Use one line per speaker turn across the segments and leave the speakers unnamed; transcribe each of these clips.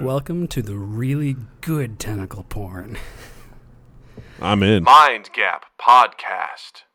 Welcome to the really good tentacle porn.
I'm in.
Mind Gap Podcast.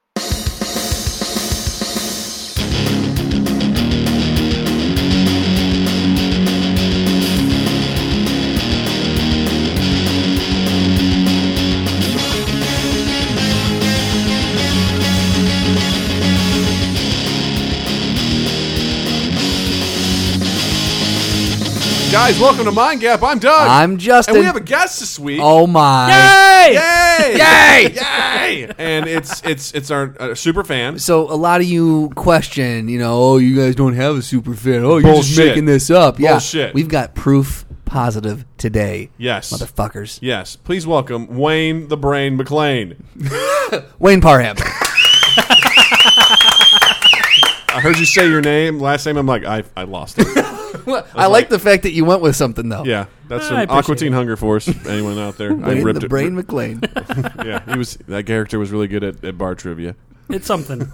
Guys, welcome to Mind Gap. I'm Doug.
I'm Justin.
and we have a guest this week.
oh my.
Yay! Yay! Yay! And it's it's it's our uh, super fan.
So a lot of you question, you know, oh, you guys don't have a super fan. Oh, you're just
Bullshit.
making this up. Yeah.
Bullshit.
We've got proof positive today.
Yes.
Motherfuckers.
Yes. Please welcome Wayne the Brain McLean.
Wayne Parham.
I heard you say your name, last name. I'm like, I I lost it.
I like the fact that you went with something though.
yeah, that's
I
some
appreciate
Aqua Teen Hunger Force. Anyone out there? I
Wayne
ripped
the
it.
Brain McLean.
Yeah, he was that character was really good at, at bar trivia.
It's something.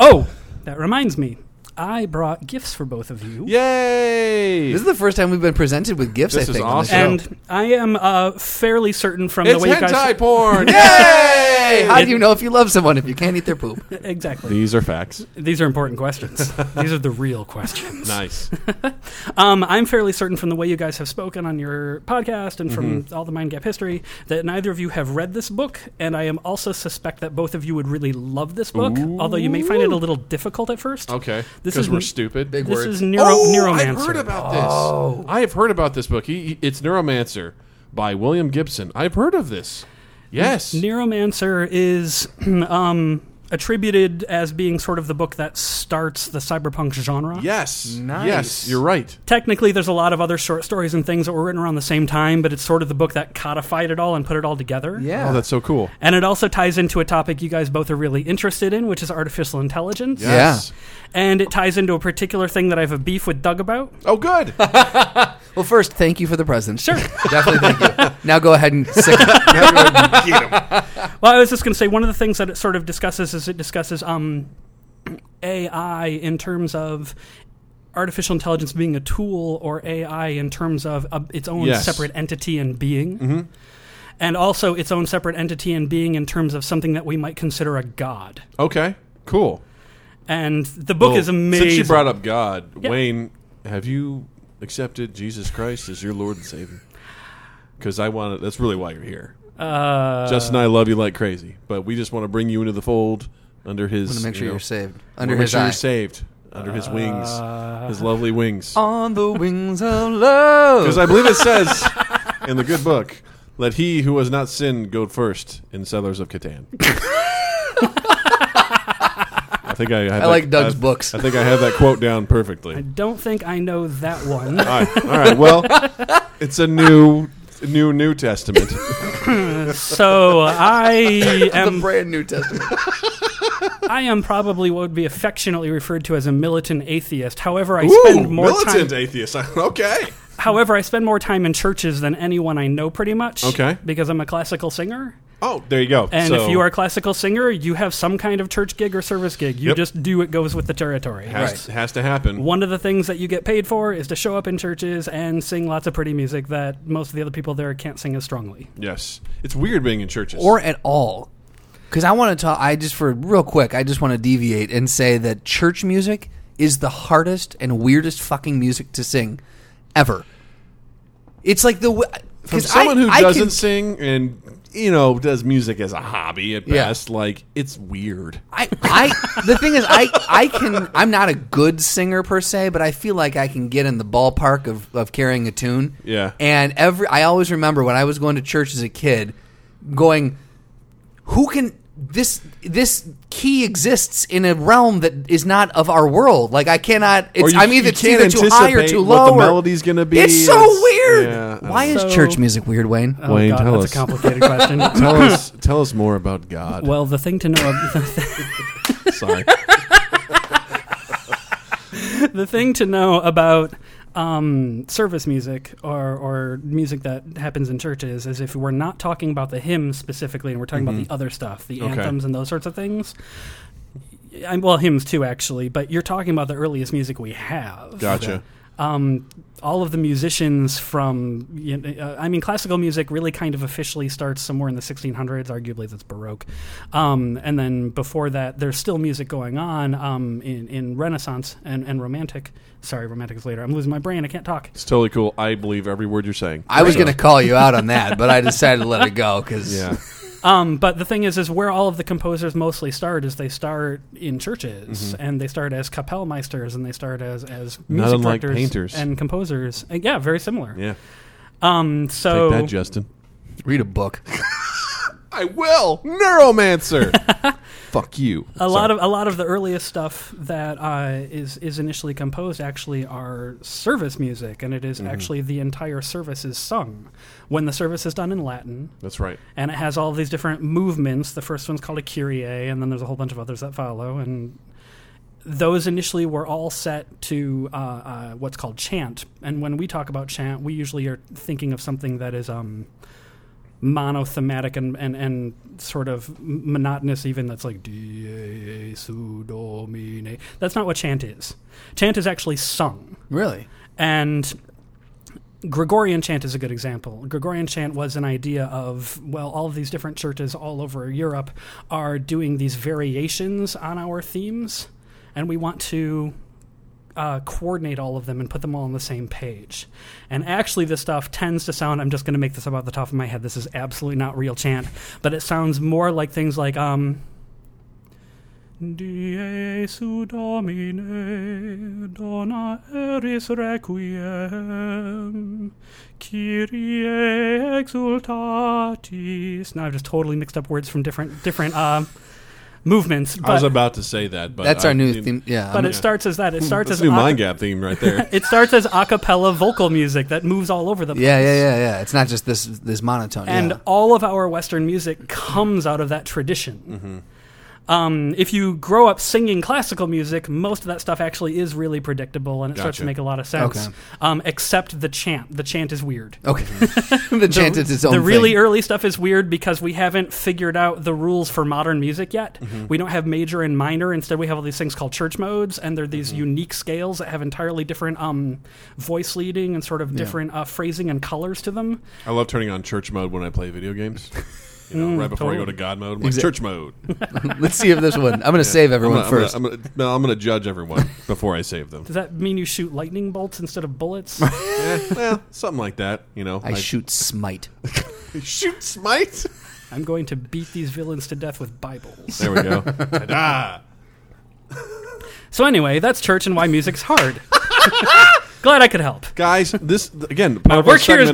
oh, that reminds me. I brought gifts for both of you.
Yay!
this is the first time we've been presented with gifts.
This
I
is
think. on this
awesome.
show.
And I am uh, fairly certain from
it's
the way you
hentai
guys.
porn.
Hey,
Yay!
how do you know if you love someone if you can't eat their poop?
Uh, Exactly.
These are facts.
These are important questions. These are the real questions.
Nice.
Um, I'm fairly certain from the way you guys have spoken on your podcast and from
Mm-hmm.
all the Mind Gap history that neither of you have read this book, and I am also suspect that both of you would really love this book, although you may find it a little difficult at first.
Okay,
This
because
is
we're
n-
stupid. Oh,
Big
This
words.
is Neuro- Neuromancer.
I've heard about this.
Oh.
I have heard about this book. He, he- it's Neuromancer by William Gibson. I've heard of this. Yes.
Neuromancer is um, attributed as being sort of the book that starts the cyberpunk genre.
yes.
Nice.
Yes. You're right.
Technically, there's a lot of other short stories and things that were written around the same time, but it's sort of the book that codified it all and put it all together.
Yeah.
Oh, that's so cool.
And it also ties into a topic you guys both are really interested in, which is artificial intelligence.
Yes.
And it ties into a particular thing that I have a beef with Doug about.
Oh, good.
well, first, thank you for the present.
Sure.
Definitely thank you. Now go ahead and sick
Well, I was just going to say one of the things that it sort of discusses is it discusses um, AI in terms of artificial intelligence being a tool, or AI in terms of uh, its own
Yes. Mm-hmm.
separate entity and being, and also its own separate entity and being in terms of something that we might consider a god.
okay. Cool.
And the book
Well,
is amazing.
Oh, Since you brought up God,
Yeah.
Wayne, have you accepted Jesus Christ as your Lord and Savior? Because I want to. That's really why you're here.
uh,
Justin and I love you like crazy, but we just want to bring you into the fold under His.
to make sure
you know,
you're saved under
Make
his
sure
eye.
you're saved under His wings,
Uh.
His lovely wings.
On the wings of love.
Because I believe it says in the good book, let he who has not sinned go first in Settlers of Catan. I think I, have
I like
that-
Doug's
I-
books.
I think I have that quote down
I
perfectly.
don't think I know that one.
All right, all right. Well, it's a new, new New Testament.
so I
the
am
brand new testament.
I am probably what would be affectionately referred to as a militant atheist. However, I
Ooh,
spend more
militant
time.
atheist. okay.
However, I spend more time in churches than anyone I know, pretty much.
Okay.
Because I'm a classical singer,
Oh, there you go.
and
So,
if you are a classical singer, you have some kind of church gig or service gig. You
Yep.
just do what goes with the territory.
has, has to happen.
One of the things that you get paid for is to show up in churches and sing lots of pretty music that most of the other people there can't sing as strongly.
Yes, it's weird being in churches.
or at all. Because I want to talk. I just for real quick. I just want to deviate and say that church music is the hardest and weirdest fucking music to sing ever. It's like the w-
from someone who doesn't sing and you know does music as a hobby at
Yeah.
best like it's weird
I, I the thing is I I can I'm not a good singer per se, but I feel like I can get in the ballpark of, of carrying a tune.
Yeah.
And every I always remember when I was going to church as a kid, going, who can this this key exists in a realm that is not of our world. Like I cannot. It's,
you-
I'm either,
you
it's
can't
either too high or
anticipate
too
what
low.
the
or-
melody's gonna be.
It's so
It's-
weird.
yeah, I don't
Why is
know.
church music weird, Wayne?
Oh,
Wayne,
God,
tell
that's
us.
a complicated question.
tell us tell us more about god
well, the thing to know.
sorry
the thing to know about um, service music or, or music that happens in churches is if we're not talking about the hymns specifically and we're talking about the other stuff, the
Mm-hmm. Okay.
anthems and those sorts of things. I, well, hymns too, actually, but you're talking about the earliest music we have.
Gotcha.
um, all of the musicians from, you know, uh, I mean, classical music really kind of officially starts somewhere in the 1600s. Arguably, that's Baroque. Um, and then before that, there's still music going on um, in, in Renaissance and, and Romantic. Sorry, Romantic is later. I'm losing my brain. I can't talk.
It's totally cool. I believe every word you're saying.
I was
So,
going to call you out on that, but I decided to let it go because
Yeah.
Um, but the thing is, is where all of the composers mostly start is they start in churches
Mm-hmm.
and they start as Kapellmeisters and they start as as music
unlike
directors
painters.
and composers. Uh, yeah, very similar.
Yeah.
Um, so
Take that, Justin.
read a book.
Oh. I will. Neuromancer. Fuck you.
a lot of a lot of the earliest stuff that uh, is is initially composed actually are service music, and it is actually the entire service is sung when the service is done in Latin.
That's right.
and it has all these different movements. The first one's called a Kyrie, and then there's a whole bunch of others that follow. And those initially were all set to uh, uh, what's called chant. And when we talk about chant, we usually are thinking of something that is um, monothematic and, and, and sort of m- monotonous, even that's like "Die Jesu Domine." That's not what chant is. Chant is actually sung.
Really?
And Gregorian chant is a good example. Gregorian chant was an idea of, well, all of these different churches all over Europe are doing these variations on our themes, and we want to uh, coordinate all of them and put them all on the same page. And actually, this stuff tends to sound, I'm just going to make this up off the top of my head. This is absolutely not real chant, but it sounds more like things like, um, Jesu Domine, Dona eris requiem, Kyrie exultatis. Now I've just totally mixed up words from different different um, movements,
I was
but,
about to say that, but
That's
I
our new
didn't-
theme. Yeah.
but
I'm-
it starts as that. It starts
That's a
as
new
a-
mind gap theme right there.
it starts as a cappella vocal music that moves all over the place.
yeah, yeah, yeah, yeah. It's not just this this monotone.
and
yeah.
all of our Western music comes out of that
Mm-hmm.
tradition. Um, if you grow up singing classical music, most of that stuff actually is really predictable, and it starts to
Gotcha.
make a lot of sense.
Okay.
Um, except the chant. The chant is weird.
okay, the chant is its own.
The really
thing.
early stuff is weird because we haven't figured out the rules for modern music yet.
Mm-hmm.
We don't have major and minor. Instead, we have all these things called church modes, and they're
Mm-hmm.
these unique scales that have entirely different um, voice leading and sort of different uh, phrasing and colors to them.
I love turning on church mode when I play video games. You know, right before I go
Mm, totally.
to God mode, I'm like,
Exa-
church mode.
Let's see if this one. I'm going to save
I'm
everyone
gonna,
1st
I'm gonna, I'm gonna- no, I'm going to judge everyone before I save them.
Does that mean you shoot lightning bolts instead of bullets?
Eh, well, something like that. You know,
I shoot smite.
shoot smite.
I'm going to beat these villains to death with Bibles.
There we go. Ta-da.
So anyway, that's church and why music's hard. Glad I could help.
Guys, this th- again. My
work here is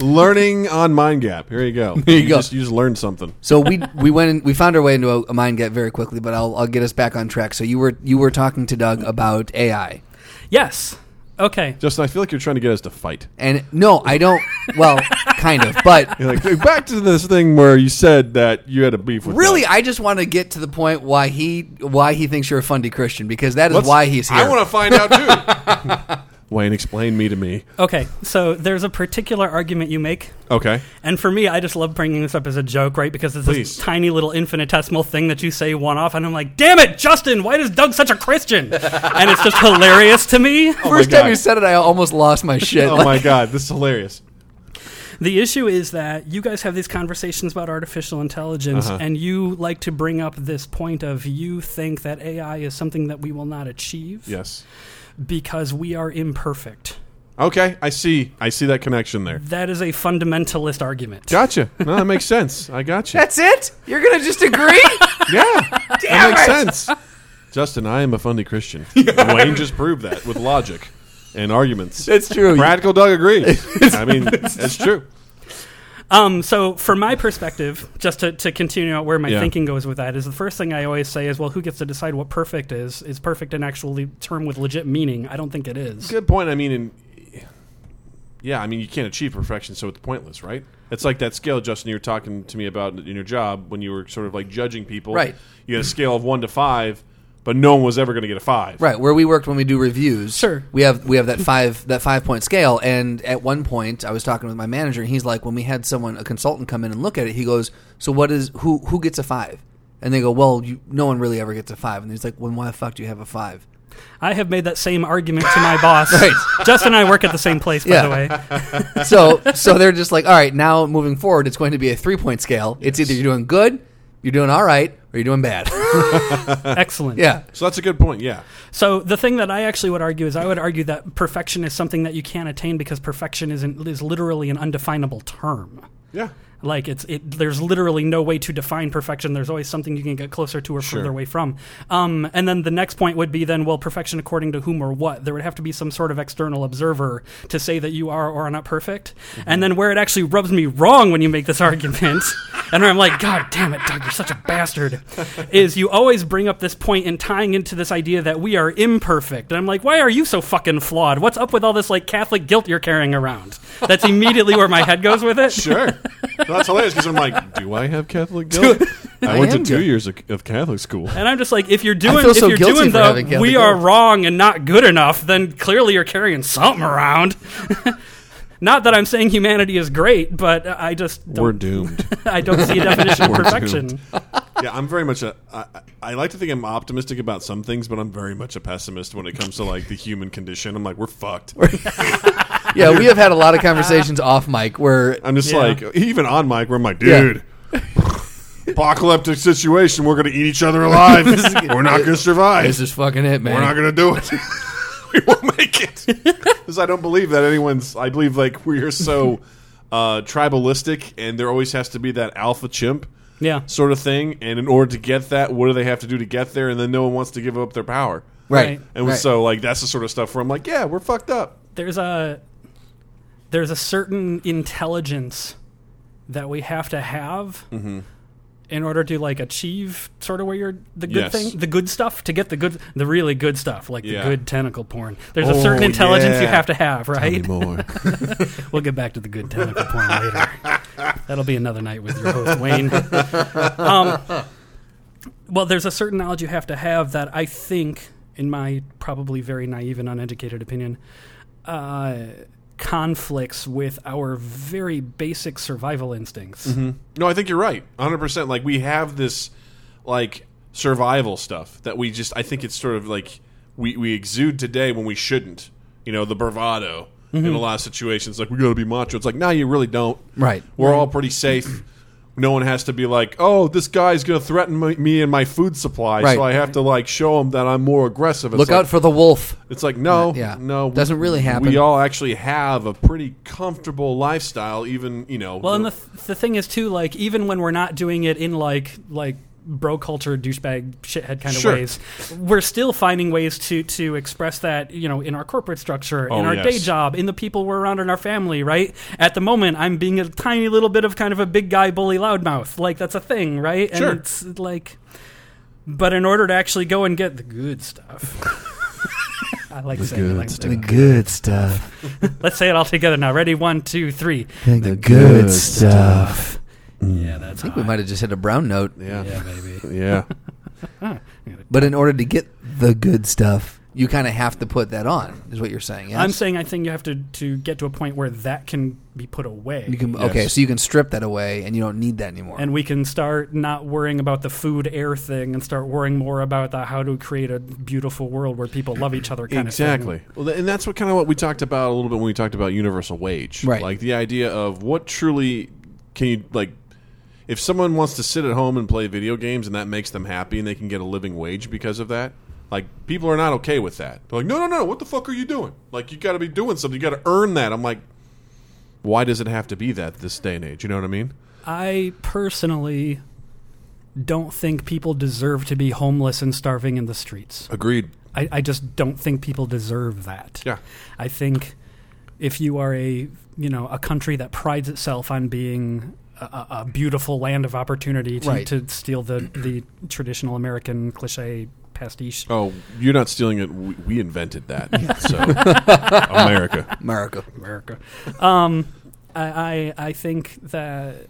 Learning on mind gap. Here you go.
you go.
Just, you just learned something.
So we we went in, we found our way into a, a mind gap very quickly, but I'll I'll get us back on track. So you were you were talking to Doug about AI,
Yes. Okay.
Justin, I feel like you're trying to get us to fight.
and no, I don't. Well, kind of, but
You're like back to this thing where you said that you had a beef with.
really,
Doug."
I just want to get to the point why he why he thinks you're a fundy Christian because that is
Let's-
why he's here.
I want to find out too. Wayne, explain me to me.
Okay. So there's a particular argument you make.
Okay.
And for me, I just love bringing this up as a joke, right? Because it's
Please.
this tiny little infinitesimal thing that you say one off, and I'm like, damn it, Justin, why is Doug such a Christian? and it's just hilarious to me.
First
Oh my
time
God.
you said it, I almost lost my shit.
Oh my god, this is hilarious.
The issue is that you guys have these conversations about artificial intelligence, and you like to bring up this point of you think that AI is something that we will not achieve
Yes.
because we are imperfect.
Okay, I see. I see that connection there.
That is a fundamentalist argument.
Gotcha. No, that makes sense. I got you.
That's it. You're gonna just agree.
Yeah, that makes sense. Justin, I am a funny Christian. Wayne just proved that with logic and arguments.
That's true.
Practical Doug agrees. I mean, it's true.
Um, so, from my perspective, just to, to continue out where my
Yeah.
thinking goes with that, is the first thing I always say is, well, who gets to decide what perfect is? Is perfect an actual le- term with legit meaning? I don't think it is.
Good point. I mean, in, yeah, I mean, you can't achieve perfection, so it's pointless, right? It's like that scale, Justin. You were talking to me about in your job when you were sort of like judging people.
Right.
You had a scale of one to five, but no one was ever going to get a five.
Right, where we worked when we do reviews,
Sure.
we have we have that five that five point scale. And at one point, I was talking with my manager, and he's like, when we had someone a consultant come in and look at it, he goes, "So what is who who gets a five? And they go, "Well, you, no one really ever gets a five. And he's like, "When why the fuck do you have a five?
I have made that same argument to my boss. Justin and I work at the same place, by
Yeah.
the way.
so so they're just like, all right, now moving forward, it's going to be a three point scale. It's either you're doing good, you're doing all right, or you're doing bad.
Excellent.
yeah.
So that's a good point. Yeah.
So the thing that I actually would argue is I would argue that perfection is something that you can't attain because perfection isn't is literally an undefinable term.
Yeah.
Like it's it, there's literally no way to define perfection. There's always something you can get closer to or further away from. Um, and then the next point would be then well perfection according to whom or what. There would have to be some sort of external observer to say that you are or are not perfect. And then where it actually rubs me wrong when you make this argument, and I'm like, God damn it, Doug, you're such a bastard. Is you always bring up this point and tying into this idea that we are imperfect. And I'm like, why are you so fucking flawed? What's up with all this like Catholic guilt you're carrying around? That's immediately where my head goes with it.
Sure. Well, that's hilarious because I'm like, do I have Catholic guilt? I,
I
went to
am
two
guilt.
years of, of Catholic school.
And I'm just like, if you're doing,
feel
if
so
you're
guilty
doing
for
the,
having Catholic
we are
guilt."
wrong and not good enough, then clearly you're carrying something around. not that I'm saying humanity is great, but I just
We're
don't,
doomed.
I don't see a definition of
We're
perfection.
doomed. yeah, I'm very much a. I, I- I like to think I'm optimistic about some things, but I'm very much a pessimist when it comes to like the human condition. I'm like, we're fucked.
Yeah, we have had a lot of conversations off mic where
I'm just
Yeah.
like, even on mic, where I'm like,
Yeah.
dude, apocalyptic situation. We're gonna eat each other alive. we're not gonna survive.
this is fucking it, man.
We're not going to do it. we won't make it. Because I don't believe that anyone's. I believe like we are so uh, tribalistic, and there always has to be that alpha chimp
Yeah.
sort of thing. And in order to get that, what do they have to do to get there? And then no one wants to give up their power.
right.
And
right.
so like that's the sort of stuff where I'm like, yeah, we're fucked up.
There's a there's a certain intelligence that we have to have
Mm-hmm.
in order to like achieve sort of where you're the
Yes.
good thing, the good stuff to get the good, the really good stuff, like
Yeah.
the good tentacle porn. There's a
Oh,
certain intelligence you
yeah.
have to have, right?
Anymore.
We'll get back to the good tentacle porn later. That'll be another night with your host Wayne. Um, well, there's a certain knowledge you have to have that I think, in my probably very naive and uneducated opinion, uh, conflicts with our very basic survival instincts.
No, I think you're right. 100%. Like, we have this, like, survival stuff that we just, I think it's sort of like we, we exude today when we shouldn't. You know, the bravado
Mm-hmm.
in a lot of situations. Like, we got to be macho. It's like, no, you really don't.
Right.
We're all pretty safe. No one has to be like, oh, this guy's going to threaten my, me and my food supply.
Right.
So I have to, like, show him that I'm more aggressive. It's
Look
like-
out for the wolf.
it's like no,
Yeah.
no, we-
Doesn't really happen.
We all actually have a pretty comfortable lifestyle, even you know.
Well, and the, th- the thing is too, like even when we're not doing it in like like bro culture douchebag shithead kind of
Sure.
ways, we're still finding ways to to express that you know in our corporate structure,
Oh,
in our
yes.
day job, in the people we're around, in our family. Right at the moment, I'm being a tiny little bit of kind of a big guy bully loudmouth. Like that's a thing, right?
Sure.
And it's like, but in order to actually go and get the good stuff. I like saying it like that.
good stuff.
Let's say it all together now. Ready? One, two, three.
Hmm.
The, good, stuff.
Yeah, that's
We
hot.
might have just hit a brown note.
Yeah, baby.
yeah.
But in order to get the good stuff, you kind of have to put that on, is what you're saying. Yes?
I'm saying I think you have to to get to a point where that can be put away.
You can, Okay,
Yes.
so you can strip that away and you don't need that anymore.
and we can start not worrying about the food air thing and start worrying more about the how to create a beautiful world where people love each other kind
exactly.
of
Well, th- and that's what kind of what we talked about a little bit when we talked about universal wage,
Right.
Like the idea of what truly can you like. If someone wants to sit at home and play video games and that makes them happy and they can get a living wage because of that, like people are not okay with that. They're like, no, no, no, what the fuck are you doing? Like you got to be doing something. You got to earn that. I'm like, why does it have to be that this day and age? You know what I mean?
thing. I personally don't think people deserve to be homeless and starving in the streets.
Agreed.
I, I just don't think people deserve that.
Yeah.
I think if you are a you know a country that prides itself on being a, a a beautiful land of opportunity, to,
Right.
to steal the the traditional American cliche pastiche.
Oh, you're not stealing it. We, we invented that. So, America.
America.
America. Um, I, I I think that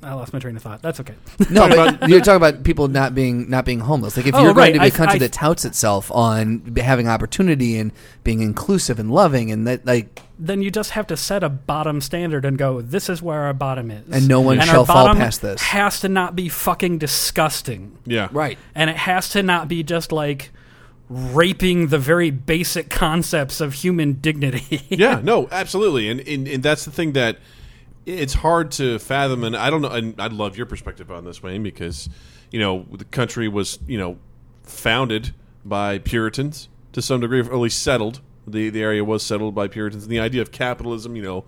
I lost my train of thought. That's okay.
No, but you're talking about people not being not being homeless. Like if
Oh,
you're
right,
going to be
I-
a country
I-
that touts itself on b- having opportunity and being inclusive and loving, and that like
then you just have to set a bottom standard and go. This is where our bottom is,
And no one
and
shall
our
fall
bottom
past this.
Has to not be fucking disgusting.
Yeah.
right,
and it has to not be just like raping the very basic concepts of human dignity.
yeah, no, absolutely, and, and and that's the thing that it's hard to fathom, and I don't know. And I'd love your perspective on this, Wayne, because you know the country was you know founded by Puritans to some degree, or at least settled. The the area was settled by Puritans, and the idea of capitalism, you know,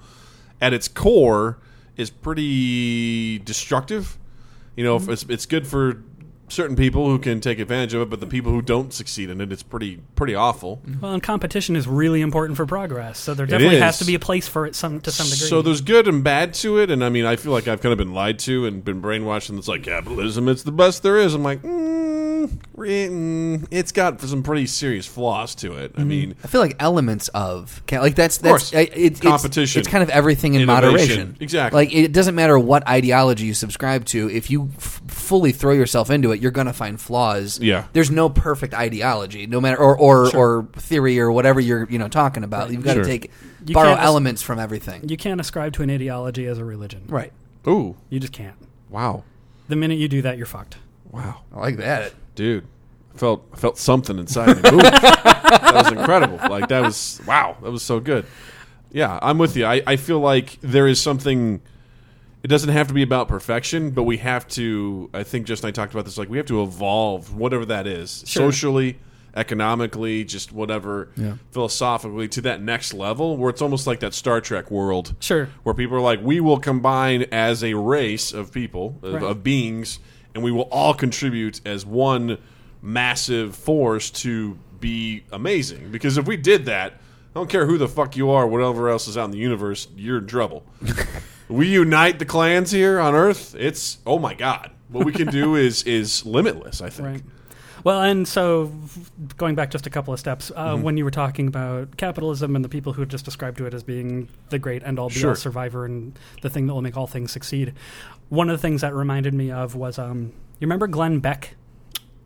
at its core, is pretty destructive. You know, if it's it's good for certain people who can take advantage of it, but the people who don't succeed in it, it's pretty pretty awful.
Well, and competition is really important for progress, so there definitely
is.
has to be a place for it some to some degree.
So there's good and bad to it, and I mean, I feel like I've kind of been lied to and been brainwashed, and it's like capitalism, it's the best there is. I'm like, mm, re- mm, it's got some pretty serious flaws to it. I mean,
I feel like elements of ca- like that's
course.
that's I- it- it's
Competition.
It's, kind of everything in
Innovation.
moderation.
Exactly.
Like it doesn't matter what ideology you subscribe to. If you f- fully throw yourself into it, you're going to find flaws.
Yeah.
There's no perfect ideology, no matter or or, or theory or whatever you're you know talking about. You've got
Sure.
to take
You
borrow
can't just-
elements from everything.
you can't ascribe to an ideology as a religion.
right.
ooh,
You just can't.
wow,
The minute you do that, you're fucked.
wow,
I like that.
dude, I felt I felt something inside me. Ooh. that was incredible. Like that was wow, that was so good. Yeah, I'm with you. I, I feel like there is something. It doesn't have to be about perfection, but we have to. I think just and I talked about this. Like we have to evolve, whatever that is, socially, economically, just whatever, philosophically, to that next level where it's almost like that Star Trek world.
Sure.
where people are like, we will combine as a race of people, of,
Right.
of beings, and we will all contribute as one massive force to be amazing. Because if we did that, I don't care who the fuck you are, whatever else is out in the universe, you're in trouble. we unite the clans here on Earth, it's oh my god. What we can do is is limitless, I think.
Right. Well, and so going back just a couple of steps, uh,
Mm-hmm.
when you were talking about capitalism and the people who had just described to it as being the great end all be all
Sure.
survivor and the thing that will make all things succeed, one of the things that reminded me of was um, you remember Glenn Beck?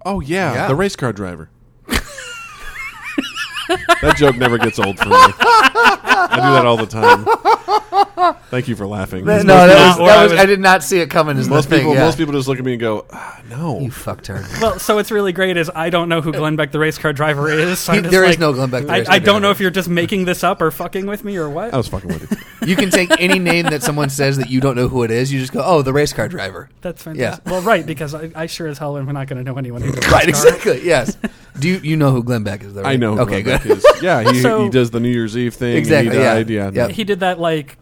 Oh yeah,
Yeah.
the race car driver. that joke never gets old for me. I do that all the time. Thank you for laughing.
No,
Most
that was,
people-
that was, I did not see it coming. Is
most
the thing?
people,
yeah.
most people just look at me and go, ah, "No."
you fucked her.
Well, so what's really great is I don't know who Glenn Beck, the race car driver, is. So I'm
He-
just
there is
like,
no Glenn Beck, the
I,
race
I
car
don't know
driver. Oh.
if you're just making this up or fucking with me or what.
I was fucking with you.
You can take any name that someone says that you don't know who it is. You just go, oh, the race car driver.
That's
Yeah.
fantastic. Well, right, because I, I sure as hell am not going to know anyone who does
Right,
race car.
exactly. Yes. Do you, you know who Glenn Beck is? Though, right?
I know. Who
Okay,
Glenn
good.
Beck is. Yeah, he,
So-
he does the New Year's Eve thing. and
Exactly,
He
yeah.
died. Yeah.
Yeah.
He did that like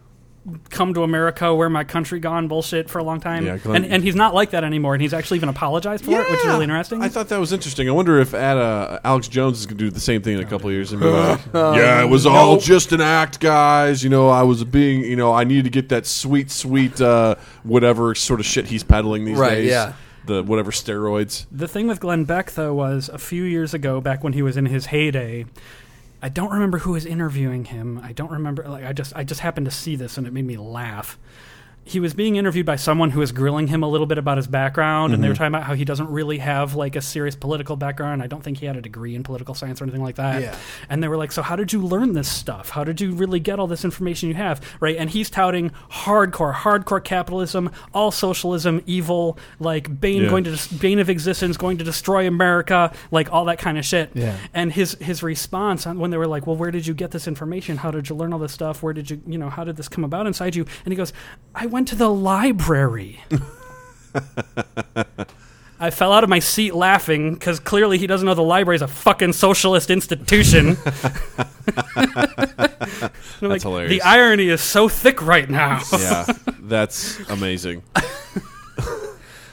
come to America, where my country gone bullshit for a long time,
Yeah, Glenn-
and and he's not like that anymore, and he's actually even apologized for it, which is really interesting.
I thought that was interesting. I wonder if at, uh, Alex Jones is going to do the same thing in a couple of years and be like,
Uh,
"Yeah, it was all just an act, guys. You know, I was being, you know, I needed to get that sweet, sweet uh, whatever sort of shit he's peddling these
Right,
days.
yeah.
the whatever steroids.
The thing with Glenn Beck, though, was a few years ago, back when he was in his heyday. I don't remember who was interviewing him. I don't remember. Like, I just, I just happened to see this, and it made me laugh. He was being interviewed by someone who was grilling him a little bit about his background, and they were talking about how he doesn't really have like a serious political background. I don't think he had a degree in political science or anything like that.
Yeah.
And they were like, "So how did you learn this stuff? How did you really get all this information you have?" Right? And he's touting hardcore, hardcore capitalism, all socialism, evil, like Bane
Yeah.
going to just bane of existence, going to destroy America, like all that kind of shit.
Yeah.
And his his response on- when they were like, "Well, where did you get this information? How did you learn all this stuff? Where did you, you know, how did this come about inside you?" And he goes, "I went to the library." I fell out of my seat laughing because clearly he doesn't know the library is a fucking socialist institution. And I'm like,
hilarious.
The irony is so thick right now.
Yeah, that's amazing.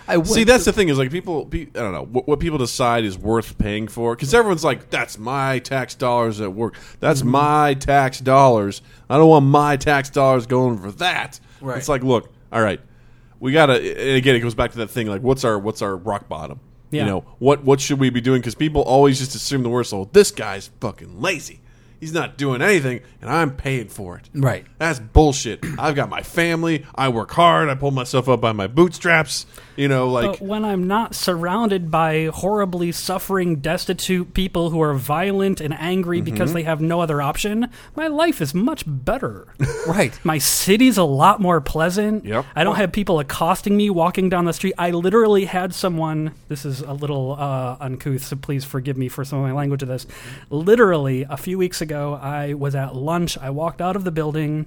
I would.
See, that's the thing is like people. Pe- I don't know what, what people decide is worth paying for because everyone's like, "That's my tax dollars at work. That's
Mm-hmm.
my tax dollars. I don't want my tax dollars going for that."
Right.
It's like, look, all right, we gotta. And again, it goes back to that thing like, what's our what's our rock bottom?
Yeah.
You know what what should we be doing? Because people always just assume the worst. Oh, this guy's fucking lazy. He's not doing anything, and I'm paying for it.
Right.
That's bullshit. I've got my family. I work hard. I pull myself up by my bootstraps. You know, like
But when I'm not surrounded by horribly suffering, destitute people who are violent and angry because they have no other option, my life is much better.
Right.
my city's a lot more pleasant.
Yep.
I don't have people accosting me walking down the street. I literally had someone, this is a little uh, uncouth, so please forgive me for some of my language of this. Literally, a few weeks ago, I was at lunch. I walked out of the building.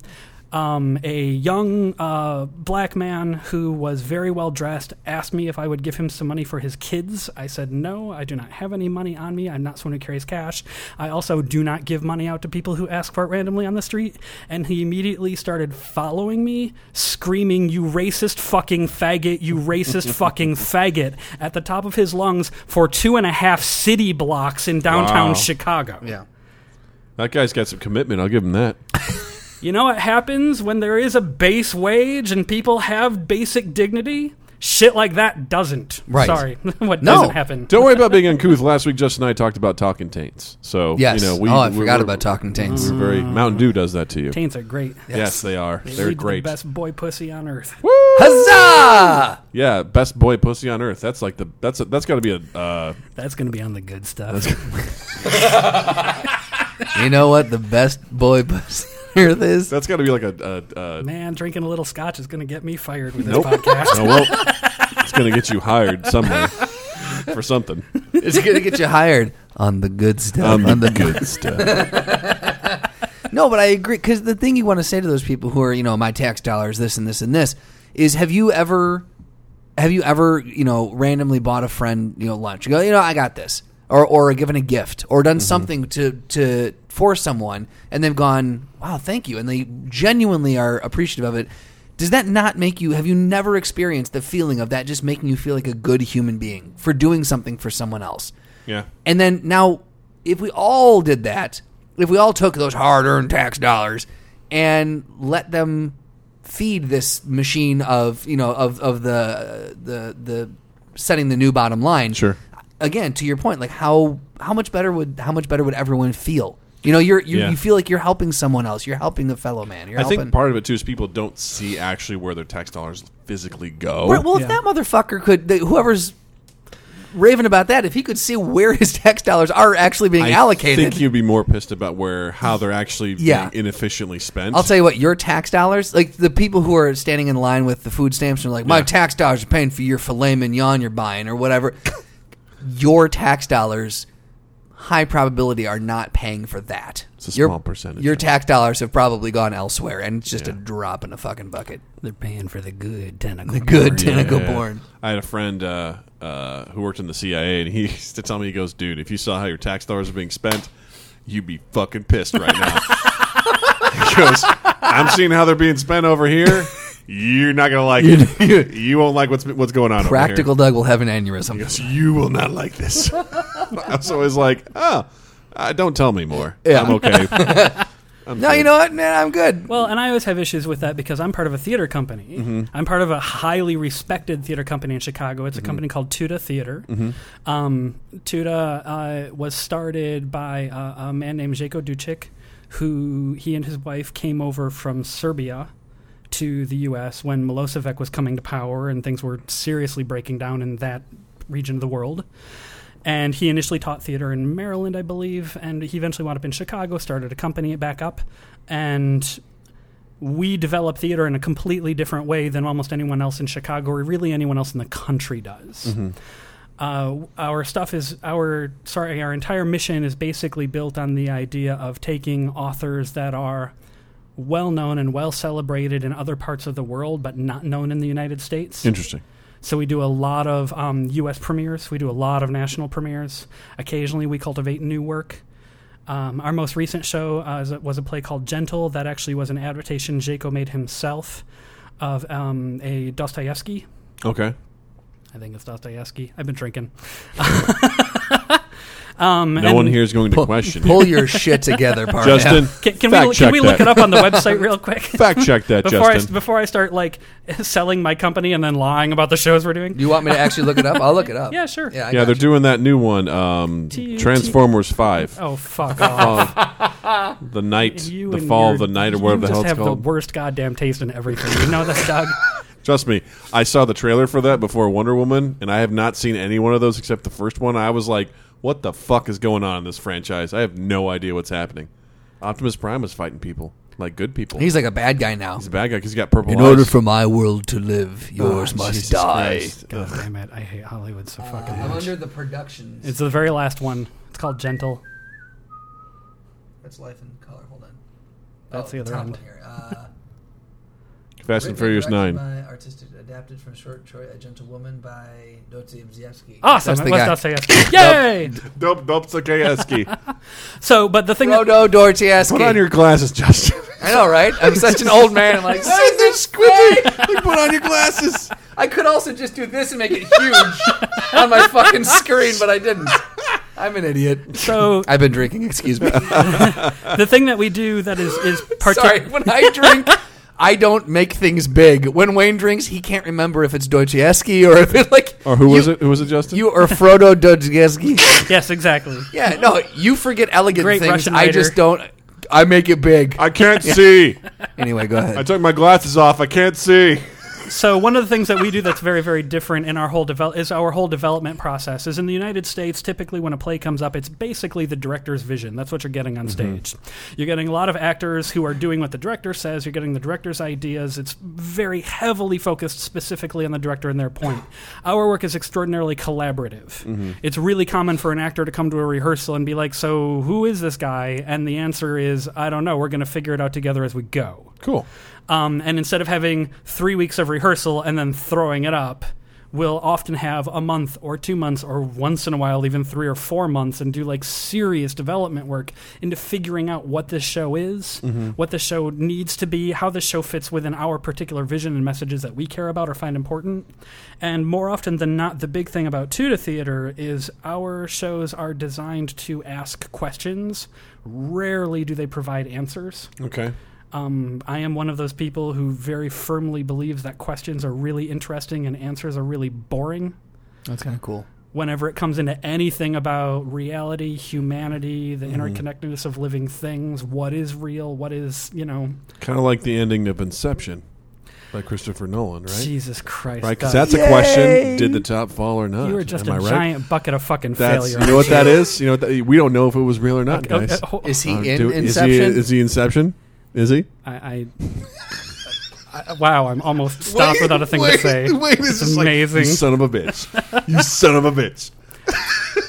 Um, a young uh, black man who was very well dressed asked me if I would give him some money for his kids. I said, No, I do not have any money on me. I'm not someone who carries cash. I also do not give money out to people who ask for it randomly on the street. And he immediately started following me, screaming, You racist fucking faggot, you racist fucking faggot, at the top of his lungs for two and a half city blocks in downtown
Wow.
Chicago.
Yeah.
that guy's got some commitment. I'll give him that.
You know what happens when there is a base wage and people have basic dignity? Shit like that doesn't.
Right.
Sorry. what
No.
doesn't happen?
Don't worry about being uncouth. Last week, Justin and I talked about talking taints. So
Yes.
you know, we,
oh, I
we-
forgot
we're-
about talking
We
taints.
were very Mountain Dew does that to you.
Taints are great.
Yes, they are.
They
They're
lead to
great.
the best boy pussy on earth.
Huzzah!
Yeah, best boy pussy on earth. That's like the that's a, that's got to be a uh,
That's going to be on the good stuff.
You know what the best boy pussy on earth is?
that's got to be like a, a, a
Man, drinking a little scotch is going to get me fired with this
Nope.
podcast.
No, well, it's going to get you hired somewhere for something.
It's gonna get you hired on the good stuff.
Um,
on the
good stuff.
no, but I agree because the thing you want to say to those people who are, you know, my tax dollars, this and this and this, is have you ever, have you ever, you know, randomly bought a friend, you know, lunch? You go, you know, I got this, or or given a gift, or done something to to for someone, and they've gone, wow, thank you, and they genuinely are appreciative of it. Does that not make you? Have you never experienced the feeling of that just making you feel like a good human being for doing something for someone else?
Yeah.
And then now, if we all did that, if we all took those hard earned tax dollars and let them feed this machine of you know of of the the the setting the new bottom line.
Sure.
Again, to your point, like how how much better would how much better would everyone feel? You know, you're you,
Yeah.
you feel like you're helping someone else. You're helping a fellow man. You're
I
helping.
think part of it too is people don't see actually where their tax dollars physically go.
Right, well,
Yeah.
if that motherfucker could, the, whoever's raving about that, if he could see where his tax dollars are actually being
I
allocated,
think you'd be more pissed about where how they're actually
Yeah.
being inefficiently spent.
I'll tell you what, your tax dollars, like the people who are standing in line with the food stamps and are like, my
Yeah.
tax dollars are paying for your filet mignon you're buying or whatever. your tax dollars, high probability, are not paying for that.
It's a
your,
small percentage.
Your tax dollars have probably gone elsewhere and it's just a
Yeah.
drop in a fucking bucket.
They're paying for the good tentacle.
The
porn.
good tentacle porn.
I had a friend uh, uh, who worked in the CIA, and he used to tell me, he goes, dude, if you saw how your tax dollars are being spent, you'd be fucking pissed right now. he goes, I'm seeing how they're being spent over here. You're not going to like it. You won't like what's what's going on
Practical Doug will have an aneurysm.
over here. He goes, you will not like this. I was always like, oh, uh, don't tell me more.
Yeah.
I'm okay. I'm
No,
fine.
you know what, man? I'm good.
Well, and I always have issues with that because I'm part of a theater company. I'm part of a highly respected theater company in Chicago. It's a company called Tuda Theater. Um, Tuda uh, was started by uh, a man named Jeko Ducic, who he and his wife came over from Serbia to the U.S. when Milosevic was coming to power and things were seriously breaking down in that region of the world. And he initially taught theater in Maryland, I believe, and he eventually wound up in Chicago, started a company back up, and we develop theater in a completely different way than almost anyone else in Chicago or really anyone else in the country does. Uh, our stuff is our sorry, our entire mission is basically built on the idea of taking authors that are well known and well celebrated in other parts of the world, but not known in the United States.
Interesting.
So we do a lot of um, U.S. premieres. We do a lot of national premieres. Occasionally, we cultivate new work. Um, our most recent show uh, is a- was a play called Gentle. That actually was an adaptation Jaco made himself of um, a Dostoevsky.
Okay.
Um, I think it's Dostoevsky. I've been drinking. Um,
No
and
one here is going to
Pull,
question you.
pull your shit together, Barney.
Justin.
Can, can
fact
we
check
can we look
that.
it up on the website real quick?
Fact check that,
before I,
Justin.
before I start like selling my company and then lying about the shows we're doing.
Do you want me to actually look it up? I'll look it up.
Yeah, sure.
Yeah, I
yeah,
got
they're
you.
doing that new one, um,
T-
Transformers Five,
Oh fuck off!
the night,
You
the
and
fall
your-
of the night, or
you
whatever the
just
hell it's
have
called.
the worst goddamn taste in everything. You know that, Doug.
Trust me, I saw the trailer for that before Wonder Woman, and I have not seen any one of those except the first one. I was like, "What the fuck is going on in this franchise? I have no idea what's happening." Optimus Prime is fighting people, like good people.
He's like a bad guy now.
He's a bad guy because he's got purple
In
eyes.
order for my world to live, yours must
Ah, Jesus
die.
Christ.
God damn it! I hate Hollywood so fucking
I'm
much.
under the productions.
It's the very last one. It's called Gentle.
Oh, That's life in color. Hold on.
That's the other
top
end.
one here. Uh,
Fast and
written
Furious
directed
Nine.
By artistic adapted from short story A Gentle Woman by Dotsie Bziewski.
Awesome.
That's the
It was
guy.
Dostoevsky. Yay!
Dope, dope, Sakayeski.
So, but the thing that-
Frodo Dortieski.
Put on your glasses, Justin.
I know, right? I'm such an old man. I'm like, what is this
Like, put on your glasses.
I could also just do this and make it huge on my fucking screen, but I didn't. I'm an idiot.
so
I've been drinking. Excuse me.
the thing that we do that is is
Sorry.
particular.
When I drink, I don't make things big. When Wayne drinks, he can't remember if it's Dostoevsky or if it like
Or who
you,
was it? Who was it, Justin?
You or Frodo Dostoevsky.
Yes, exactly.
yeah. No, you forget elegant
Great
things.
Russian
I
writer.
just don't. I make it big.
I can't see.
Anyway, go
I
ahead.
took my glasses off. I can't see.
So one of the things that we do that's very very different in our whole develop is our whole development process. Is in the United States, typically when a play comes up, it's basically the director's vision. That's what you're getting on stage. You're getting a lot of actors who are doing what the director says. You're getting the director's ideas. It's very heavily focused specifically on the director and their point. Our work is extraordinarily collaborative. It's really common for an actor to come to a rehearsal and be like, "So who is this guy?" And the answer is, "I don't know. We're going to figure it out together as we go."
Cool.
Um, and instead of having three weeks of rehearsal and then throwing it up, we'll often have a month or two months or once in a while, even three or four months, and do like serious development work into figuring out what this show is, what the show needs to be, how the show fits within our particular vision and messages that we care about or find important. And more often than not, the big thing about Tuda Theater is our shows are designed to ask questions. Rarely do they provide answers.
Okay.
Um, I am one of those people who very firmly believes that questions are really interesting and answers are really boring.
That's kind of cool.
Whenever it comes into anything about reality, humanity,
Mm-hmm.
the interconnectedness of living things, what is real, what is, you know,
Kind of like the ending of Inception by Christopher Nolan, right?
Jesus Christ.
Right, because
Doug,
that's a question: Did the top fall or not?
you are just
Am
a
I right?
giant bucket of fucking
That's
failure.
you know what that is. You know what that, we don't know if it was real or not,
Okay,
guys.
ho-
Is he
Uh,
in
do-
Inception?
Is he, is he Inception? Is he?
I, I, I- wow, I'm almost stopped without a thing to say.
it's
amazing.
you son of a bitch! You son of a bitch!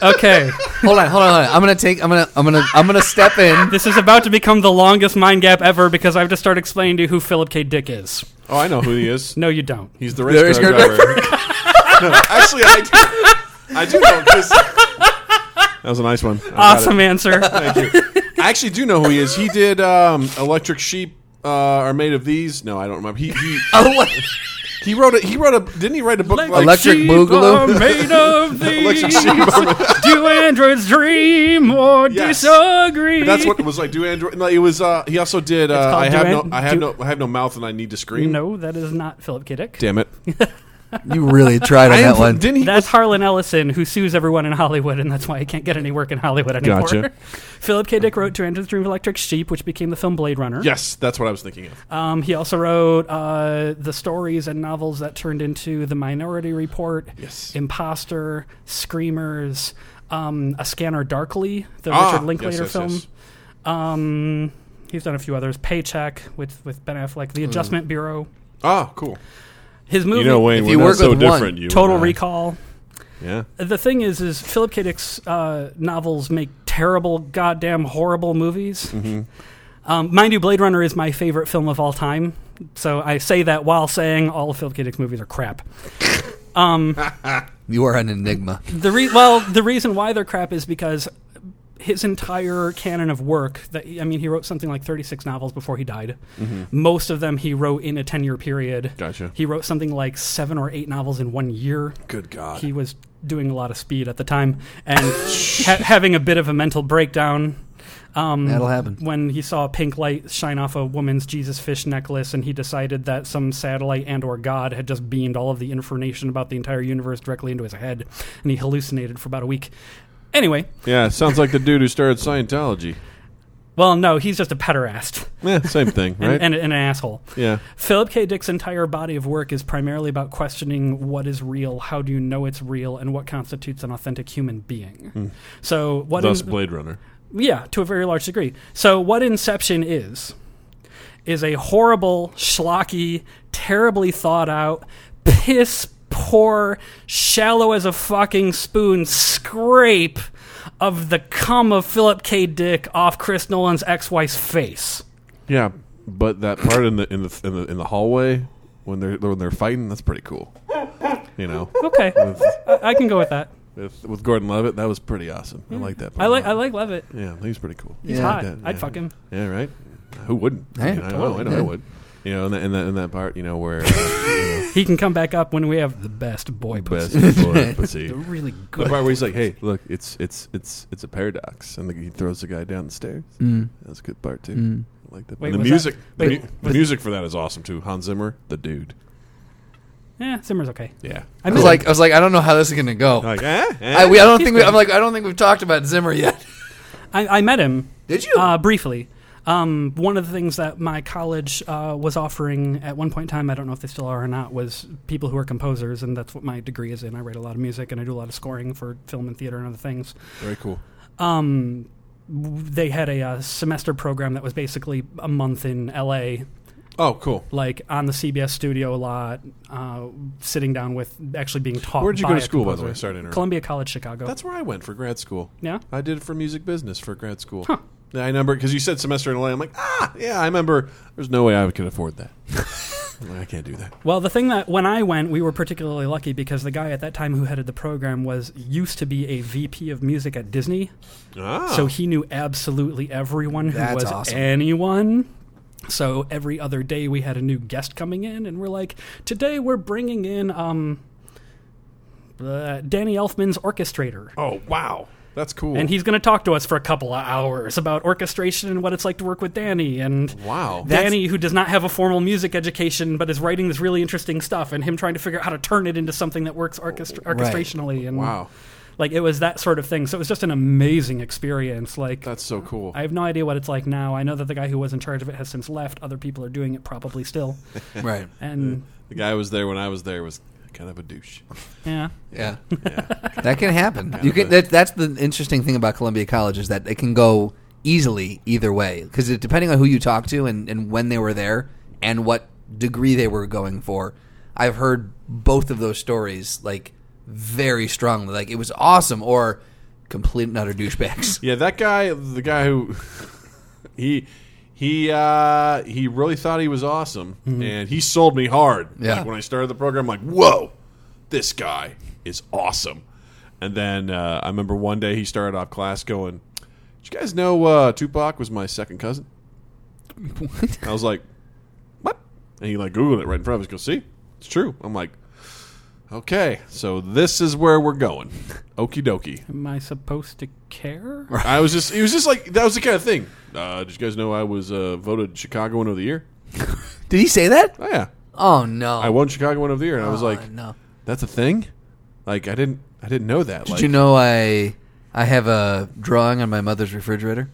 Okay,
Hold on, hold on, hold on. I'm gonna take. I'm gonna. I'm gonna. I'm gonna step in.
this is about to become the longest mind gap ever because I have to start explaining to you who Philip K. Dick is.
Oh, I know who he is.
No, you don't.
He's the race
The race
car
car
driver. No, actually, I do. I do know because that was a nice one. I got
Awesome answer.
it. Thank you. I actually do know who he is. He did um, Electric Sheep uh, are made of these. No, I don't remember. He he,
Oh,
he wrote a he wrote a didn't he write a book like
Electric
Sheep
Boogaloo?
are made of
Electric
these.
Sheep? are-
Do androids dream or
Yes.
disagree?
That's what it was like. Do Android? No, it was. Uh, he also did. Uh,
called
I
Do
have
An-
no. I have
Do-
no. I have no mouth, and I need to scream.
No, that is not Philip K. Dick.
Damn it!
you really tried on
I
that
am-
one.
Didn't he?
That's Harlan Ellison, who sues everyone in Hollywood, and that's why he can't get any work in Hollywood anymore.
Gotcha.
Philip K. Dick wrote To Androids Dream of Electric Sheep, which became the film Blade Runner.
yes, that's what I was thinking of.
Um, he also wrote uh, the stories and novels that turned into The Minority Report,
Yes.
Imposter, Screamers, um, A Scanner Darkly, the
Ah,
Richard
yes,
Linklater
yes,
film.
yes.
Um, he's done a few others. Paycheck with, with Ben Affleck,
Mm.
The Adjustment Bureau.
Ah, cool.
His movie,
Wayne,
If you work with one,
You
Total
and I.
Recall.
Yeah.
The thing is, is Philip K. Dick's uh, novels make terrible, goddamn, horrible movies. Um, mind you, Blade Runner is my favorite film of all time. So I say that while saying all of Philip K. Dick's movies are crap.
You are an enigma.
The re- well, the reason why they're crap is because his entire canon of work that I mean, he wrote something like 36 novels before he died. Most of them he wrote in a 10 year period.
Mm-hmm. Gotcha.
He wrote something like seven or eight novels in one year.
Good God.
He was doing a lot of speed at the time and ha- having a bit of a mental breakdown. Um,
That'll happen.
when he saw a pink light shine off a woman's Jesus fish necklace, and he decided that some satellite and/or God had just beamed all of the information about the entire universe directly into his head, and he hallucinated for about a week. Anyway,
yeah, sounds like the dude who started Scientology.
well, no, he's just a pederast
Yeah, same thing,
and,
right?
and, and an asshole.
yeah.
Philip K. Dick's entire body of work is primarily about questioning what is real, how do you know it's real, and what constitutes an authentic human being. So, what
Hmm. Thus
in-
Blade Runner.
Yeah, to a very large degree. So what Inception is is a horrible, schlocky, terribly thought out, piss poor, shallow as a fucking spoon scrape of the cum of Philip K. Dick off Chris Nolan's ex-wife's face.
Yeah, but that part in the in the in the, in the hallway when they're when they're fighting, that's pretty cool. You know,
Okay, I, I can go with that.
with, with Gordon Levitt, that was pretty awesome. I like that. Part
I
a
like I
lot.
like Levitt.
Yeah, he's pretty cool.
He's
Yeah.
hot.
Like that,
I'd
yeah.
fuck him.
Yeah, right. Who wouldn't?
Yeah,
You know, I know,
totally,
I know, I
yeah.
would. You know, in that in that, in that part, you know, where uh,
He can come back up when we have the best boy
best
pussy.
boy, pussy.
They're really
The
good.
part where he's like, "Hey, look, it's it's it's it's a paradox," and the, he throws the guy down the stairs.
Mm.
That's a good part too.
Mm.
I like that.
Wait,
and the
was that-
music, the,
wait,
mu- the
was-
music for that is awesome too. Hans Zimmer, the dude.
Yeah, Eh, Zimmer's okay.
Yeah,
I
I was like, I was like, I don't know how this is gonna go.
like, eh, eh?
I, we, I don't
He's
think we,
good.
I'm like, I don't think we've talked about Zimmer yet.
I, I met him.
Did you?
Uh, briefly. Um, one of the things that my college uh, was offering at one point in time, I don't know if they still are or not, was people who are composers, and that's what my degree is in. I write a lot of music and I do a lot of scoring for film and theater and other things.
Very cool.
Um, w- they had a, uh semester program that was basically a month in LA,
Oh, cool.
like on the CBS studio a lot, uh, sitting down with actually being taught.
Where'd you
by
go to
a
school, by the
composer.
way? Sorry to interrupt.
Columbia College, Chicago.
That's where I went for grad school.
yeah.
I did it for music business for grad school. Yeah, I remember because you said semester in LA. I'm like, ah, yeah, I remember. There's no way I could afford that. I'm like, I can't do that.
Well, the thing that when I went, we were particularly lucky because the guy at that time who headed the program was used to be a VP of music at Disney,
Ah,
so he knew absolutely everyone who was
That's awesome.
anyone. So every other day we had a new guest coming in, and we're like, today we're bringing in um, uh, Danny Elfman's orchestrator.
oh wow, that's cool.
And he's going to talk to us for a couple of hours about orchestration and what it's like to work with Danny. And
wow,
Danny, who does not have a formal music education but is writing this really interesting stuff, and him trying to figure out how to turn it into something that works orchestra- orchestrationally, and
wow,
like it was that sort of thing. So it was just an amazing experience. Like
that's so cool.
I have no idea what it's like now. I know that the guy who was in charge of it has since left. Other people are doing it probably still,
right.
and
the guy who was there when I was there was kind of a douche.
yeah,
Yeah.
Yeah,
That can happen. You can.
a-
That, that's the interesting thing about Columbia College is that it can go easily either way because depending on who you talk to and, and when they were there and what degree they were going for, I've heard both of those stories like very strongly. Like it was awesome or complete and utter douchebags.
yeah, that guy, the guy who he he uh he really thought he was awesome, and he sold me hard.
Yeah.
like when I started the program, like, whoa, this guy is awesome. And then uh, I remember one day he started off class going, "Did you guys know uh, Tupac was my second cousin?" I was like, "What?" And he like googled it right in front of us. Go see, it's true. I'm like, "Okay, so this is where we're going." Okie dokie.
am I supposed to care?
I was just, it was just like, that was the kind of thing. Uh, did you guys know I was uh, voted Chicagoan of the Year?
Did he say that?
Oh, yeah.
Oh no!
I won Chicagoan of the Year, and I was
Oh,
like,
no.
that's a thing? Like, I didn't, I didn't know that.
Did you know I I have a drawing on my mother's refrigerator?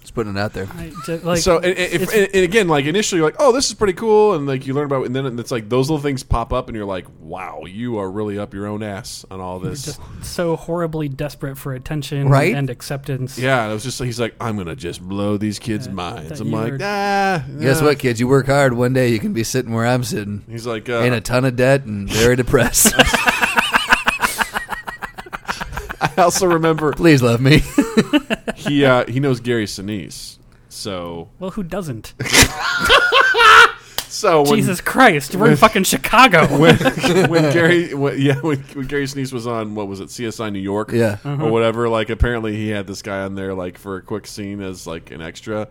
Just putting it out there.
I ju- like,
So, and, and- if,
it's-
and, and again, like, initially, you're like, oh, this is pretty cool, and like, you learn about, and then it's like, those little things pop up, and you're like, wow, you are really up your own ass on all this.
just so horribly desperate for attention
Right?
and acceptance.
yeah, and I was just like, he's like, I'm going to just blow these kids'
Yeah,
minds.
that
I'm
you
like,
were-
ah.
Guess
nah."
what, kids? You work hard. One day you can be sitting where I'm sitting.
He's like,
in
uh,
a ton of debt and very depressed.
I also remember
Please love me.
he uh, he knows Gary Sinise. So
Well, who doesn't?
So when,
Jesus Christ, we're in fucking Chicago.
when, when Gary, when, yeah, when, when Gary Sinise was on what was it, CSI New York,
Yeah.
Uh-huh.
or whatever. Like apparently he had this guy on there like for a quick scene as like an extra,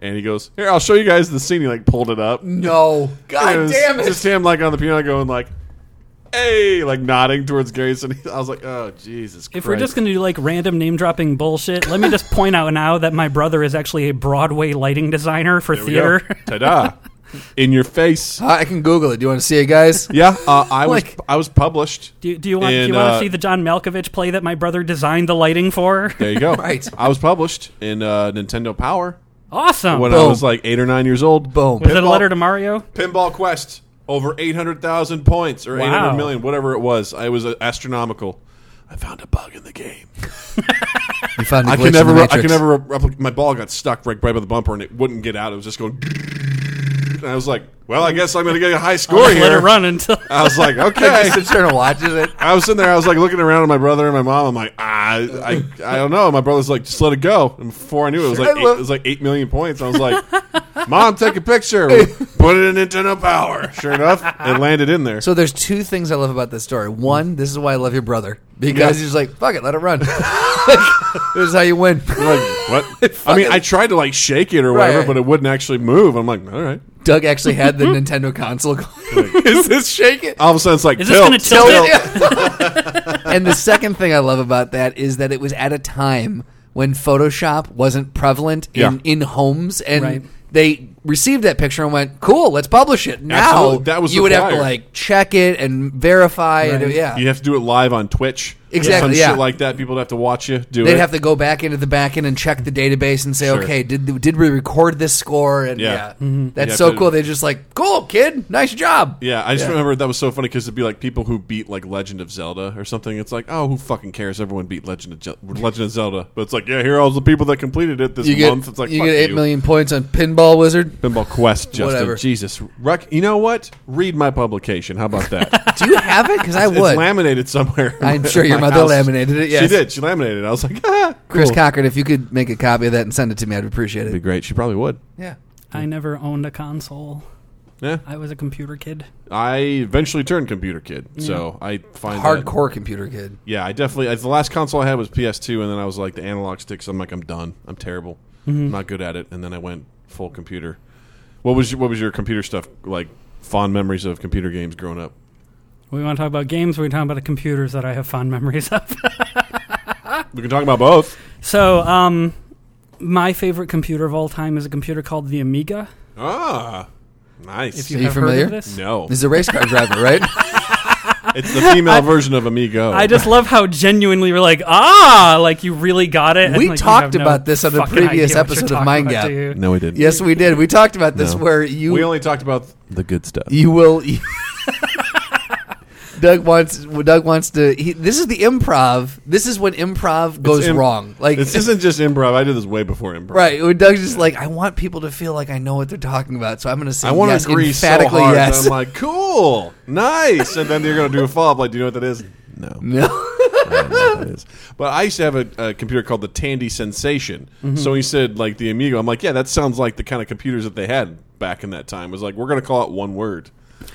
and he goes, "Here, I'll show you guys the scene." He like pulled it up.
No,
It
god
was
damn it!
Just him like on the piano going like, "Hey," like nodding towards Gary Sinise. I was like, "Oh Jesus!"
If we're just going to do like random name dropping bullshit, let me just point out now that my brother is actually a Broadway lighting designer for theater.
ta da, in your face.
I can Google it. Do you want to see it, guys?
Yeah, uh, I was
Like-
I was published.
Do, you- do you want do
in,
you want
uh,
to see the John Malkovich play that my brother designed the lighting for?
There you go.
Right.
I was published in uh, Nintendo Power
awesome.
when I
Boom.
was like eight or nine years old.
Boom.
was it a letter to Mario?
Pinball Quest over 800,000 points or 800
Wow.
million, whatever it was. I was uh, astronomical. I found a bug in the game.
You found a
I
glitch
can
in the
never, re- I
Matrix.
can never re- replicate. My ball got stuck right, right by the bumper, and it wouldn't get out. It was just going. And I was like, "Well, I guess I'm going to get a high score
Let
here."
it run until
I was like,
I
"Okay."
just sits there and watches it.
I was in there. I was like looking around at my brother and my mom. I'm like, ah, I, I don't know. My brother's like, just let it go. And before I knew it, it was like,
Sure.
eight, it was like eight million points. I was like, mom, take a picture, put it in Nintendo Power. Sure enough, it landed in there.
So there's two things I love about this story. One, this is why I love your brother because
Yeah.
he's like, "Fuck it, let it run." this is how you win.
I'm like, what? I mean, I tried to like shake it or whatever,
Right.
but it wouldn't actually move. I'm like, all right.
Doug actually had the Nintendo console. going, is this shake it?
All of a sudden, it's like,
Is this
tilt,
gonna tilt
tilt.
and the second thing I love about that is that it was at a time when Photoshop wasn't prevalent in,
Yeah.
in homes, and
Right.
they received that picture and went, "Cool, let's publish it." Now
Absolutely. That was
you would have to
required.
like check it and verify, and
Right.
yeah,
You have to do it live on Twitch.
Exactly,
Some
yeah.
shit like that. People would have to watch you do
They'd
it.
have to go back into the back end and check the database and say,
Sure.
okay, did did we record this score? And
Yeah.
yeah,
You
Mm-hmm.
that's
have
so
to-
cool. They're just like, cool, kid, nice job.
Yeah, I just remember that was so funny because it'd be like people who beat like Legend of Zelda or something. It's like, oh, who fucking cares? Everyone beat Legend of Zel- Legend of Zelda, but it's like, yeah, here are all the people that completed it this
You get
month. It's like,
you
fuck
get eight million points on Pinball Wizard.
Pinball Quest, Justin.
Whatever.
Jesus, Ruck, you know what? Read my publication. How about that?
Do you have it? Because I
It's
would.
laminated somewhere.
I'm sure your
in my
mother laminated it,
she
yes.
did. She laminated it. I was like, ah,
Chris
cool.
Cochran, if you could make a copy of that and send it to me, I'd appreciate
Be
it.
great. She probably would.
Yeah.
I never owned a console.
Yeah,
I was a computer kid.
I eventually turned computer kid, so I find that-
Hardcore computer kid.
Yeah, I definitely. The last console I had was PS2, and then I was like the analog sticks. I'm like, I'm done. I'm terrible. I'm not good at it. And then I went full computer. What was your, what was your computer stuff like? Fond memories of computer games growing up.
We want to talk about games. We talk about the computers that I have fond memories of.
We can talk about both.
so, um, my favorite computer of all time is a computer called the Amiga.
Ah, nice.
If you
Are you
have
familiar?
heard of this,
no,
He's a race car driver, right?
it's the female version of Amigo.
I just love how genuinely we're like, ah, like you really got it. and,
We
like, you
talked
have no
about this on the
fucking
previous
idea what you're
episode of
talking
Mind
about,
Gap.
do you?
no, we didn't.
yes, we did. We talked about this
No.
where you
we only talked about the good stuff.
You will. Doug wants. Doug wants to. He, this is the improv. This is when improv goes
im-
wrong. Like
this isn't just improv. I did this way before improv.
right. When Doug's just like, I want people to feel like I know what they're talking about, so I'm going to say
I want
yes,
to agree so
emphatically
hard. that
yes.
I'm like, cool, nice, and then you're gonna do a follow up. Like, do you know what that is? No.
no.
But I used to have a, a computer called the Tandy Sensation. So he said like the Amigo. I'm like, yeah, that sounds like the kind of computers that they had back in that time. It was like we're going to call it one word.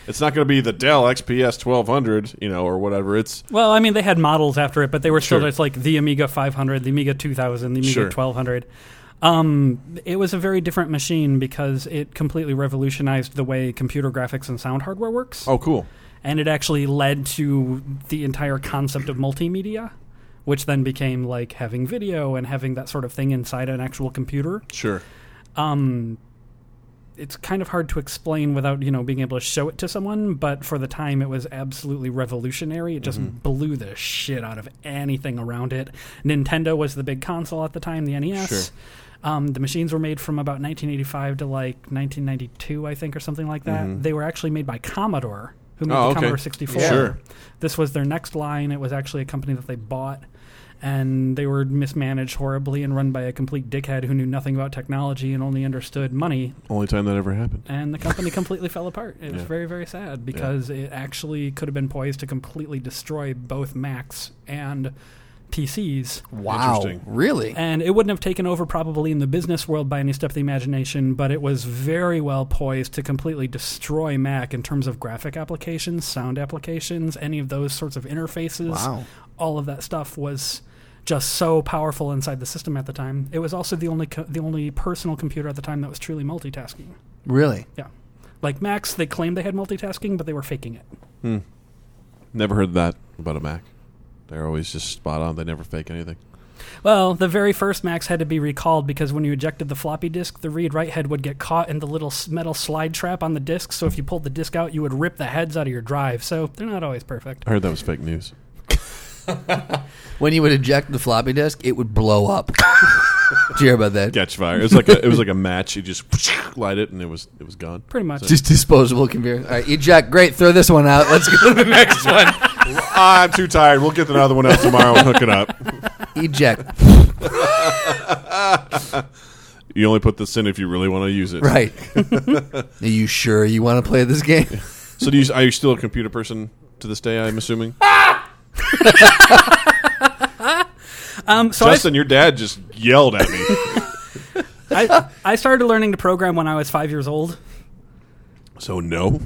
It's not going to be the Dell XPS 1200, you know, or whatever. It's
Well, I mean, they had models after it, but they were still
Sure.
just like the Amiga 500, the Amiga 2000, the Amiga
Sure.
1200. Um, it was a very different machine because it completely revolutionized the way computer graphics and sound hardware works,
oh cool.
and it actually led to the entire concept of multimedia, which then became like having video and having that sort of thing inside an actual computer.
Sure.
Um, it's kind of hard to explain without you know being able to show it to someone, but for the time it was absolutely revolutionary. It just
Mm-hmm.
blew the shit out of anything around it. Nintendo was the big console at the time, the NES.
Sure.
Um, the machines were made from about 1985 to like 1992, I think, or something like that. They were actually made by Commodore, who made
Mm-hmm. Oh,
the
okay.
Commodore 64.
Sure.
This was their next line. It was actually a company that they bought, and they were mismanaged horribly and run by a complete dickhead who knew nothing about technology and only understood money.
Only time that ever happened.
And the company completely fell apart. It was very, very sad because it actually could have been poised to completely destroy both Macs and PCs.
Wow.
Interesting.
Really?
And it wouldn't have taken over probably in the business world by any step of the imagination, but it was very well poised to completely destroy Mac in terms of graphic applications, sound applications, any of those sorts of interfaces.
Wow.
All of that stuff was just so powerful inside the system at the time. It was also the only co- the only personal computer at the time that was truly multitasking.
Really?
Yeah. Like Macs, they claimed they had multitasking, but they were faking it.
Never heard that about a Mac. They're always just spot on. They never fake anything.
Well, the very first Macs had to be recalled because when you ejected the floppy disk, the read write head would get caught in the little s- metal slide trap on the disk. So if you pulled the disk out, you would rip the heads out of your drive. So they're not always perfect.
I heard that was fake news.
When you would eject the floppy disk, it would blow up. Did you hear about that?
Catch fire. It was like a, it was like a match. You just light it, and it was it was gone.
Pretty much.
Just disposable computer. All right, eject. Great. Throw this one out. Let's go to the next one.
I'm too tired. We'll get another one out tomorrow and hook it up.
Eject.
You only put this in if you really want to use it.
Right. Are you sure you want to play this game?
So do you, are you still a computer person to this day? I'm assuming.
Um, so I,
Justin, your dad just yelled at me.
I, I started learning to program when I was five years old.
so no.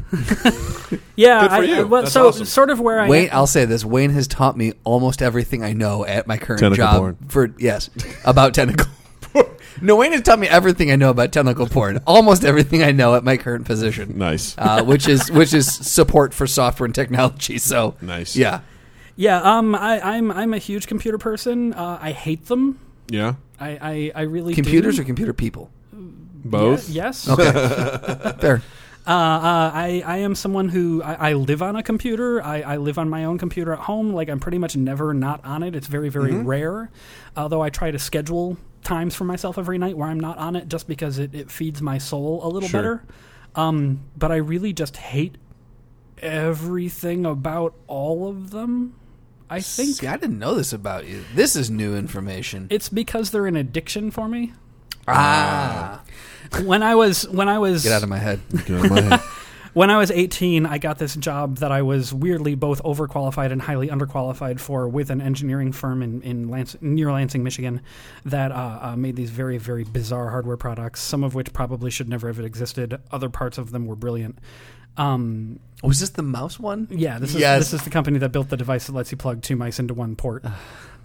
Yeah.
Good for
I,
you.
I- well,
That's
so
awesome.
sort of where I
Wayne, I'll say this. Wayne has taught me almost everything I know at my current
Tentacle
job.
porn.
For yes, about tentacle. porn. No, Wayne has taught me everything I know about tentacle porn. Almost everything I know at my current position.
Nice.
Uh, which is which is support for software and technology. So
Nice.
Yeah.
yeah. Um, I, I'm I'm a huge computer person. Uh, I hate them.
yeah.
I, I, I really
Computers
do.
or computer people?
Both.
yes.
Okay. Fair.
Uh, uh, I, I am someone who I, I live on a computer. I, I live on my own computer at home. Like I'm pretty much never not on it. It's very very
Mm-hmm.
rare. Although I try to schedule times for myself every night where I'm not on it, just because it, it feeds my soul a little
Sure.
better. Um, but I really just hate everything about all of them. I think
See, I didn't know this about you. This is new information.
it's because they're an addiction for me.
ah.
When I was when I was
Get out of my head.
Get out of my head.
When I was 18, I got this job that I was weirdly both overqualified and highly underqualified for with an engineering firm in, in Lans- near Lansing, Michigan, that uh, uh, made these very, very bizarre hardware products, some of which probably should never have existed. Other parts of them were brilliant. Um,
Was Oh, this the mouse one?
yeah, this is,
Yes.
this is the company that built the device that lets you plug two mice into one port,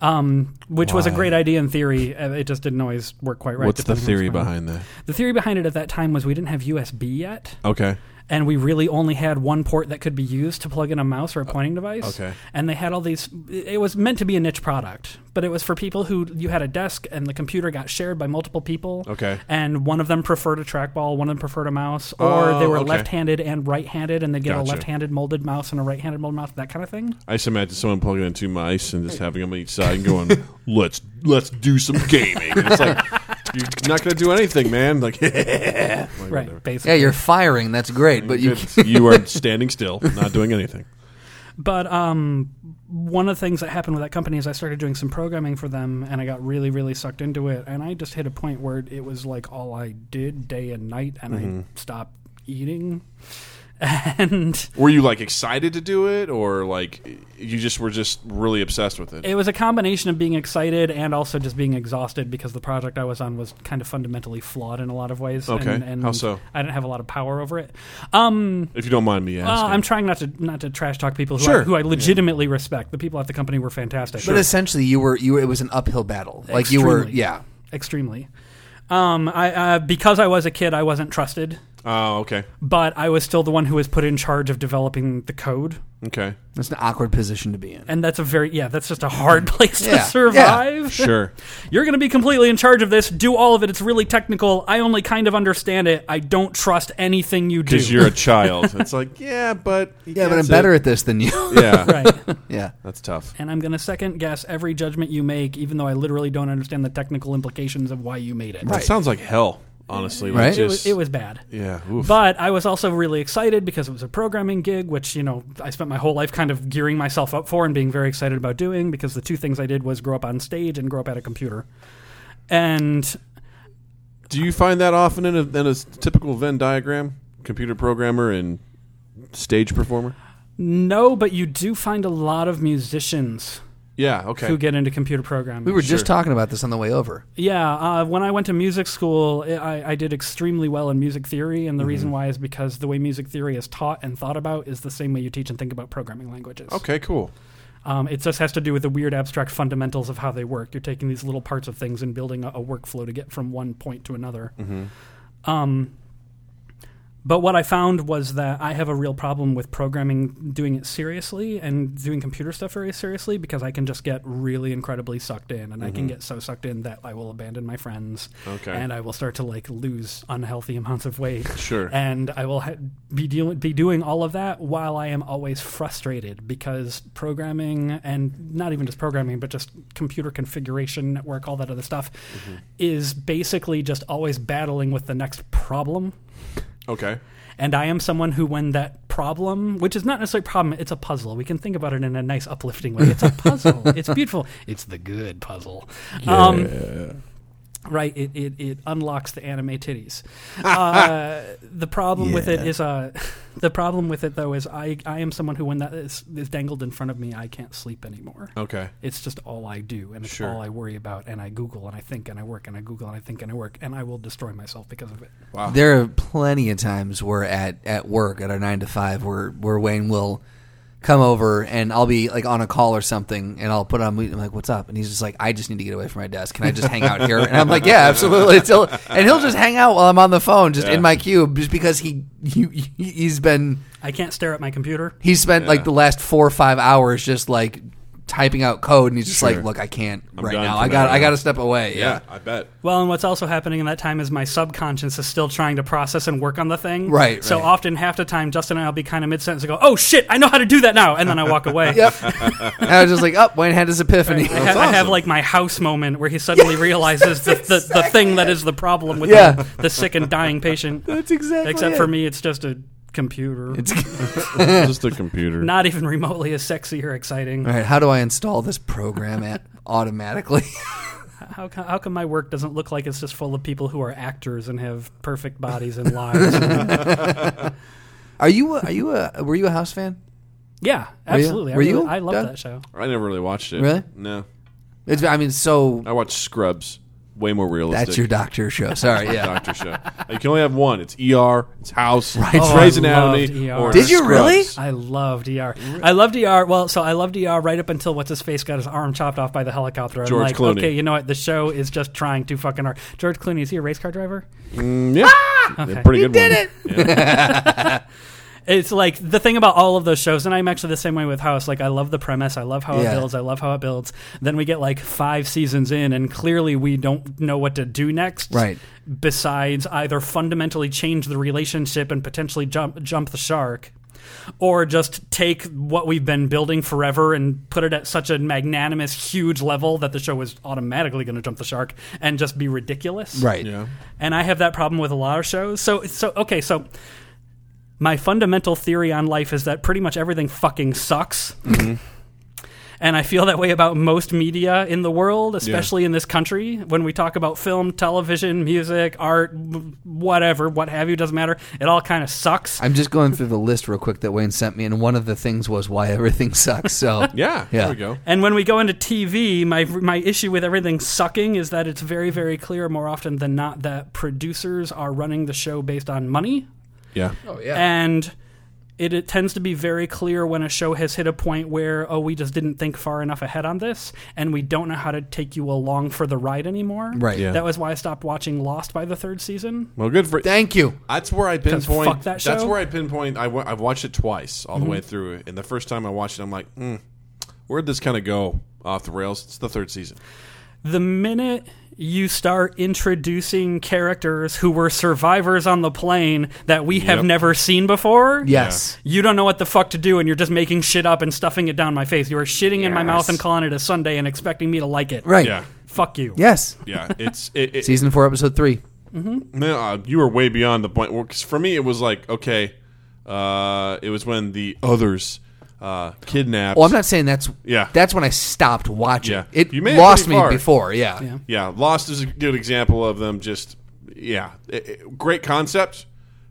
um, which was a great idea in theory. Uh, It just didn't always work quite right.
What's the
depending on
theory
going on.
behind that?
The theory behind it at that time was we didn't have USB yet
Okay.
and we really only had one port that could be used to plug in a mouse or a pointing device.
Uh, okay.
And they had all these. It was meant to be a niche product, but it was for people who you had a desk and the computer got shared by multiple people.
Okay.
And one of them preferred a trackball, one of them preferred a mouse, or
Oh,
they were
okay.
left-handed and right-handed, and they get a
Gotcha.
left-handed molded mouse and a right-handed molded mouse, that kind of thing.
I just imagine someone plugging in two mice and just having them on each side and going, "Let's let's do some gaming." And it's like you're not going to do anything, man. Like, Like,
Right.
whatever.
Basically.
Yeah, you're firing. That's great, but you
It's- you are standing still, not doing anything.
But um, one of the things that happened with that company is I started doing some programming for them, and I got really, really sucked into it. And I just hit a point where it was like all I did day and night, and
Mm-hmm.
I stopped eating. And
Were you like excited to do it, or like you just were just really obsessed with it?
it was a combination of being excited and also just being exhausted because the project I was on was kind of fundamentally flawed in a lot of ways.
Okay.
and, and
How so?
I didn't have a lot of power over it. Um,
If you don't mind me
uh,
asking,
I'm trying not to not to trash talk people who, I,
Sure.
who I legitimately respect. The people at the company were fantastic.
But essentially, you were you. Were, it was an uphill battle. Like you were,
Extremely.
yeah.
extremely. Um, I uh, because I was a kid, I wasn't trusted,
Oh, okay,
but I was still the one who was put in charge of developing the code,
okay,
That's an awkward position to be in.
and that's a very yeah, that's just a hard place
Yeah,
to
yeah.
survive.
sure.
You're going to be completely in charge of this. Do all of it. It's really technical. I only kind of understand it. I don't trust anything you do.
Because you're a child, it's like yeah, but he
Yeah, but I'm
gets
better
it.
at this than you.
Yeah,
right.
yeah.
that's tough.
And I'm going to second guess every judgment you make, even though I literally don't understand the technical implications of why you made it.
That sounds like hell, honestly. Like,
Right?
It
just-
was, it was bad.
yeah. oof.
But I was also really excited because it was a programming gig, which, you know, I spent my whole life kind of gearing myself up for and being very excited about doing because the two things I did was grow up on stage and grow up at a computer. And
Do you find that often in a, in a typical Venn diagram? Computer programmer and stage performer?
no, but you do find a lot of musicians
Yeah. Okay.
who get into computer programming.
We were just talking about this on the way over.
Yeah, uh, when I went to music school, I- I, I did extremely well in music theory,
Mm-hmm.
and the reason why is because the way music theory is taught and thought about is the same way you teach and think about programming languages.
okay. Cool.
Um, it just has to do with the weird abstract fundamentals of how they work. You're taking these little parts of things and building a, a workflow to get from one point to another. Um, but what I found was that I have a real problem with programming, doing it seriously, and doing computer stuff very seriously because I can just get really incredibly sucked in, and I can get so sucked in that I will abandon my friends,
Okay.
and I will start to like lose unhealthy amounts of weight,
Sure.
and I will ha- be dealing be doing all of that while I am always frustrated because programming and not even just programming but just computer configuration network all that other stuff is basically just always battling with the next problem
Okay.
and I am someone who, when that problem, which is not necessarily a problem, it's a puzzle. We can think about it in a nice, uplifting way. It's a puzzle. it's beautiful. It's the good puzzle. Um, right. It, it, it unlocks the anime titties. Uh, the problem with it is uh, the problem with it though is I, I am someone who, when that is, is dangled in front of me, I can't sleep anymore.
Okay.
It's just all I do, and it's
Oh. Sure.
all I worry about, and I Google, and I think, and I work, and I Google, and I think, and I work, and I will destroy myself because of it.
Wow.
There are plenty of times where at at work at our nine to five where where Wayne will come over and I'll be like on a call or something and I'll put on mute. I'm like, "What's up?" And he's just like, "I just need to get away from my desk. Can I just hang out here?" And I'm like, "Yeah, absolutely." Until and he'll just hang out while I'm on the phone, just in my cube, just because he, he he's been
I can't stare at my computer.
he spent like the last four or five hours just like typing out code and he's just like, "Look, I can't
I'm
right
done
now.
for
I got
now."
I got to step away."
Yeah, I bet.
Well, and what's also happening in that time is my subconscious is still trying to process and work on the thing.
Right,
So
right.
often, half the time, Justin and I'll be kind of mid sentence and go, "Oh shit, I know how to do that now," and then I walk away.
Yep. and I was just like, "Up, Wayne had his epiphany."
I, ha- I have like my house moment where he suddenly realizes the, the, the thing that is the problem with
Yeah.
the, the sick and dying patient.
That's exactly
Except
it.
for me, it's just a computer. It's
Just a computer.
not even remotely as sexy or exciting.
All right, how do I install this program at automatically?
How, co- how come my work doesn't look like it's just full of people who are actors and have perfect bodies and lives?
are you a, are you a were you a house fan?
yeah,
you-
absolutely. I
were
really-
you,
I love
Doug?
that show.
I never really watched it.
Really?
No.
It's, I mean, so
I watched Scrubs. Way more realistic.
that's your doctor show. Sorry, yeah.
doctor show. You can only have one. It's ER. It's House. Right. It's
Oh,
Grey's
I loved
Anatomy.
ER.
Or
Did you
Scrubs.
really?
I loved ER. I loved ER. Well, so I loved ER right up until what's his face got his arm chopped off by the helicopter. I'm
George
like,
Clooney.
okay, you know what? The show is just trying too fucking hard. George Clooney is he a race car driver?
Mm, yeah. Yeah, Pretty good one.
It's like the thing about all of those shows, and I'm actually the same way with House. Like, I love the premise, I love how
Yeah.
it builds, I love how it builds. Then we get like five seasons in, and clearly we don't know what to do next.
Right.
Besides either fundamentally change the relationship and potentially jump jump the shark, or just take what we've been building forever and put it at such a magnanimous, huge level that the show is automatically going to jump the shark and just be ridiculous.
Right.
Yeah.
And I have that problem with a lot of shows. So so okay, so my fundamental theory on life is that pretty much everything fucking sucks. and I feel that way about most media in the world, especially in this country. When we talk about film, television, music, art, w- whatever, what have you, doesn't matter. It all kind of sucks.
I'm just going through the list real quick that Wayne sent me, and one of the things was why everything sucks. So
Yeah.
Yeah.
There we go.
And when we go into TV, my my issue with everything sucking is that it's very very clear more often than not that producers are running the show based on money
Yeah.
and it, it tends to be very clear when a show has hit a point where oh we just didn't think far enough ahead on this and we don't know how to take you along for the ride anymore
Right.
Yeah.
that was why i stopped watching lost by the third season
Well, good for
Thank you.
That's where I pinpoint.
fuck that
That's
show.
where I pinpoint. I w- I've watched it twice all the way through, and the first time I watched it, I'm like, mm, where'd this kind of go off the rails? It's the third season.
the minute you start introducing characters who were survivors on the plane that we have
Yep.
never seen before
Yes.
you don't know what the fuck to do and you're just making shit up and stuffing it down my face you are shitting in my mouth
Yes.
and calling it a sunday and expecting me to like it
Right.
Yeah,
fuck you
Yes.
yeah. It's it. it
Season four, episode three.
no, uh, you were way beyond the point. Well, 'cause for me, it was like okay, uh, it was when the others uh, kidnapped.
Well, Oh, I'm not saying that's
Yeah.
That's when I stopped watching.
Yeah.
It
You made it
lost
pretty
me
far.
before. Yeah.
Yeah, Lost is a good example of them. Just yeah, It- it- great concept,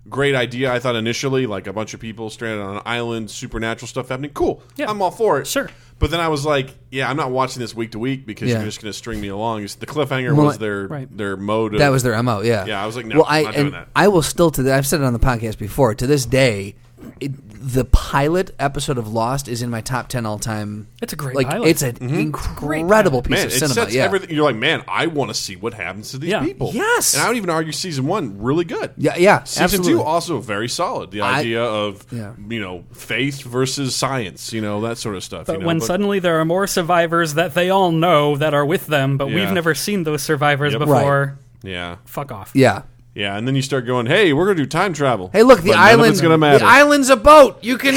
great idea. I thought initially, like a bunch of people stranded on an island, supernatural stuff happening. Cool.
Yeah.
I'm all for it.
Sure.
But then I was like, yeah, I'm not watching this week to week because
Yeah.
you're just going to string me along. It's- The cliffhanger
Well,
was their
right.
their mode. Of,
That was their mo. Yeah.
Yeah, I was like, no,
Well, I
I'm not doing
and
that.
I will still to that. I've said it on the podcast before. To this day, it, the pilot episode of Lost is in my top ten all time.
It's a great
like
pilot.
it's an incredible piece
Mm-hmm. man.
of
It
cinema.
sets
yeah.
everything. You're like, man, I want to see what happens to these
Yeah.
people.
Yes.
And I would even argue season one really good.
Yeah, yeah,
Season
absolutely.
two also very solid. The
I-
idea of
Yeah.
you know faith versus science, you know that sort of stuff.
But
you know?
when suddenly there are more survivors that they all know that are with them, but
Yeah.
we've never seen those survivors
Yep.
before,
yeah,
fuck off.
yeah.
yeah, and then you start going, hey, we're gonna do time travel.
Hey, look, the
But none of
island.
it's gonna matter.
The island's a boat. You can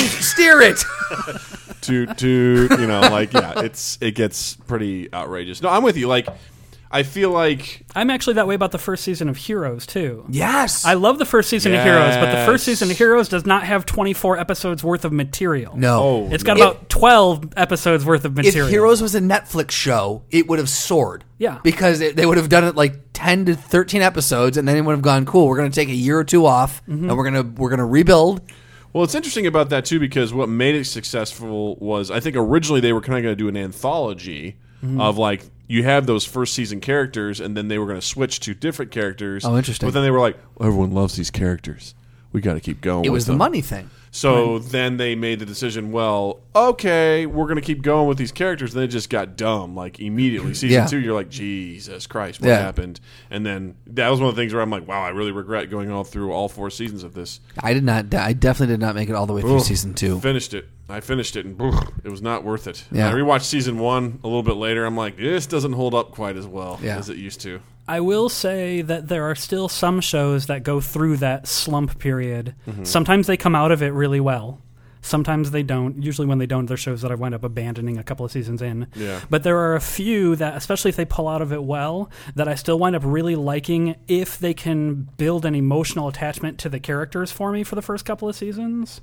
steer it.
toot toot. You know, like yeah, it's it gets pretty outrageous. No, I'm with you. Like, I feel like
I'm actually that way about the first season of Heroes, too.
yes.
I love the first season of Heroes, but the first
Yes.
season of Heroes does not have 24 episodes worth of material.
Oh.
no.
It's got about 12 episodes worth of
if
material.
Heroes was a Netflix show, it would have soared.
Yeah.
Because it, they would have done it like 10 to 13 episodes and then it would have gone cool. We're going to take a year or two off
Mm-hmm.
and we're going to we're going to rebuild.
Well, it's interesting about that too because what made it successful was I think originally they were kind of going to do an anthology
Mm-hmm.
of like you have those first season characters and then they were going to switch to different characters.
Oh, interesting.
But then they were like, everyone loves these characters. We got to keep going.
It
with
was the
them."
money thing.
So then they made the decision. Well, okay, we're going to keep going with these characters. And then it just got dumb like immediately. Season
Yeah.
two, you're like, Jesus Christ, what
Yeah.
happened? And then that was one of the things where I'm like, wow, I really regret going all through all four seasons of this.
I did not I definitely did not make it all the way through
Ugh.
season 2.
Finished it. I finished it, and brr, it was not worth it.
Yeah.
I rewatched season one a little bit later. I'm like, this doesn't hold up quite as well
Yeah.
as it used to.
I will say that there are still some shows that go through that slump period. Sometimes they come out of it really well. Sometimes they don't. Usually, when they don't, they're shows that I wind up abandoning a couple of seasons in.
Yeah.
But there are a few that, especially if they pull out of it well, that I still wind up really liking if they can build an emotional attachment to the characters for me for the first couple of seasons.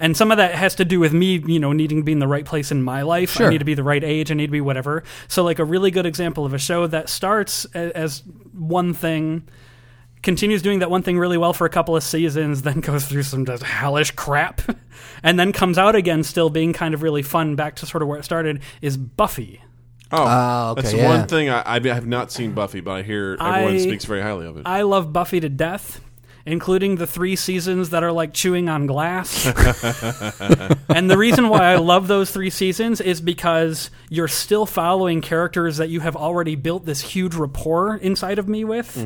And some of that has to do with me, you know, needing to be in the right place in my life.
Sure.
I need to be the right age. I need to be whatever. So, like, a really good example of a show that starts a- as one thing, continues doing that one thing really well for a couple of seasons, then goes through some just hellish crap, and then comes out again, still being kind of really fun, back to sort of where it started, is Buffy.
Oh,
Ah, okay,
that's
yeah.
one thing I, I have not seen Buffy, but I hear everyone
I-
speaks very highly of it.
I love Buffy to death, including the three seasons that are like chewing on glass. and the reason why I love those three seasons is because you're still following characters that you have already built this huge rapport inside of me with.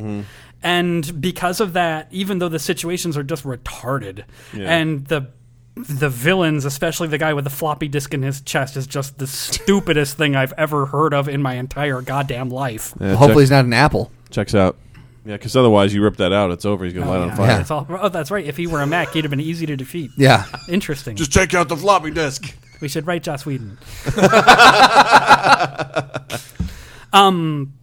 And because of that, even though the situations are just retarded and the the villains, especially the guy with the floppy disk in his chest, is just the stupidest thing I've ever heard of in my entire goddamn life.
Hopefully he's not an apple.
checks out. Yeah, because otherwise you rip that out, it's over. He's gonna light on fire.
Yeah.
That's all. Oh, that's right. If he were a Mac, he'd have been easy to defeat.
Yeah.
Interesting.
Just check out the floppy disk.
we should write Joss Whedon. um,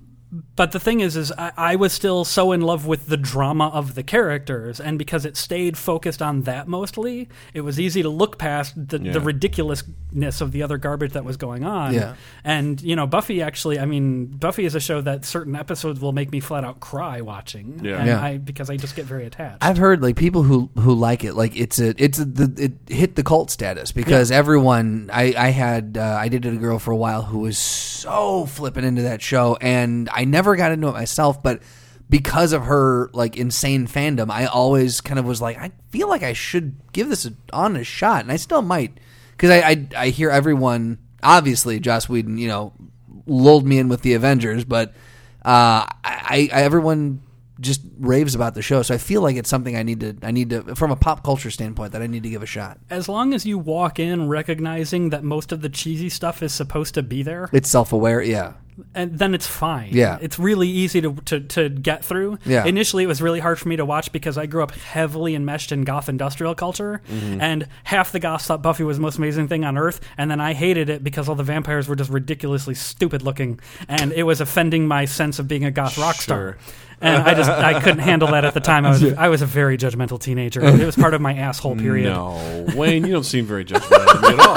but the thing is, is I, I was still so in love with the drama of the characters, and because it stayed focused on that mostly, it was easy to look past the,
Yeah.
the ridiculousness of the other garbage that was going on.
Yeah.
And you know, Buffy actually, I mean, Buffy is a show that certain episodes will make me flat out cry watching.
Yeah.
And
Yeah.
I, because I just get very attached.
I've heard like people who who like it, like it's a it's a, the, it hit the cult status because everyone. I I had uh, I dated a girl for a while who was so flipping into that show, and I never got into it myself, but because of her like insane fandom, I always kind of was like, I feel like I should give this an honest shot, and I still might because I, I I hear everyone obviously Joss Whedon, you know, lulled me in with the Avengers, but uh, I, I everyone just raves about the show, so I feel like it's something I need to I need to from a pop culture standpoint that I need to give a shot.
as long as you walk in recognizing that most of the cheesy stuff is supposed to be there,
It's self aware, yeah,
and then it's fine.
Yeah.
it's really easy to, to to get through.
Yeah.
initially it was really hard for me to watch because I grew up heavily enmeshed in goth industrial culture,
Mm-hmm.
and half the goths thought Buffy was the most amazing thing on earth, and then I hated it because all the vampires were just ridiculously stupid looking, and it was offending my sense of being a goth rock star. And I just I couldn't handle that at the time. I was I was a very judgmental teenager. It was part of my asshole period.
No, Wayne, you don't seem very judgmental of me at all.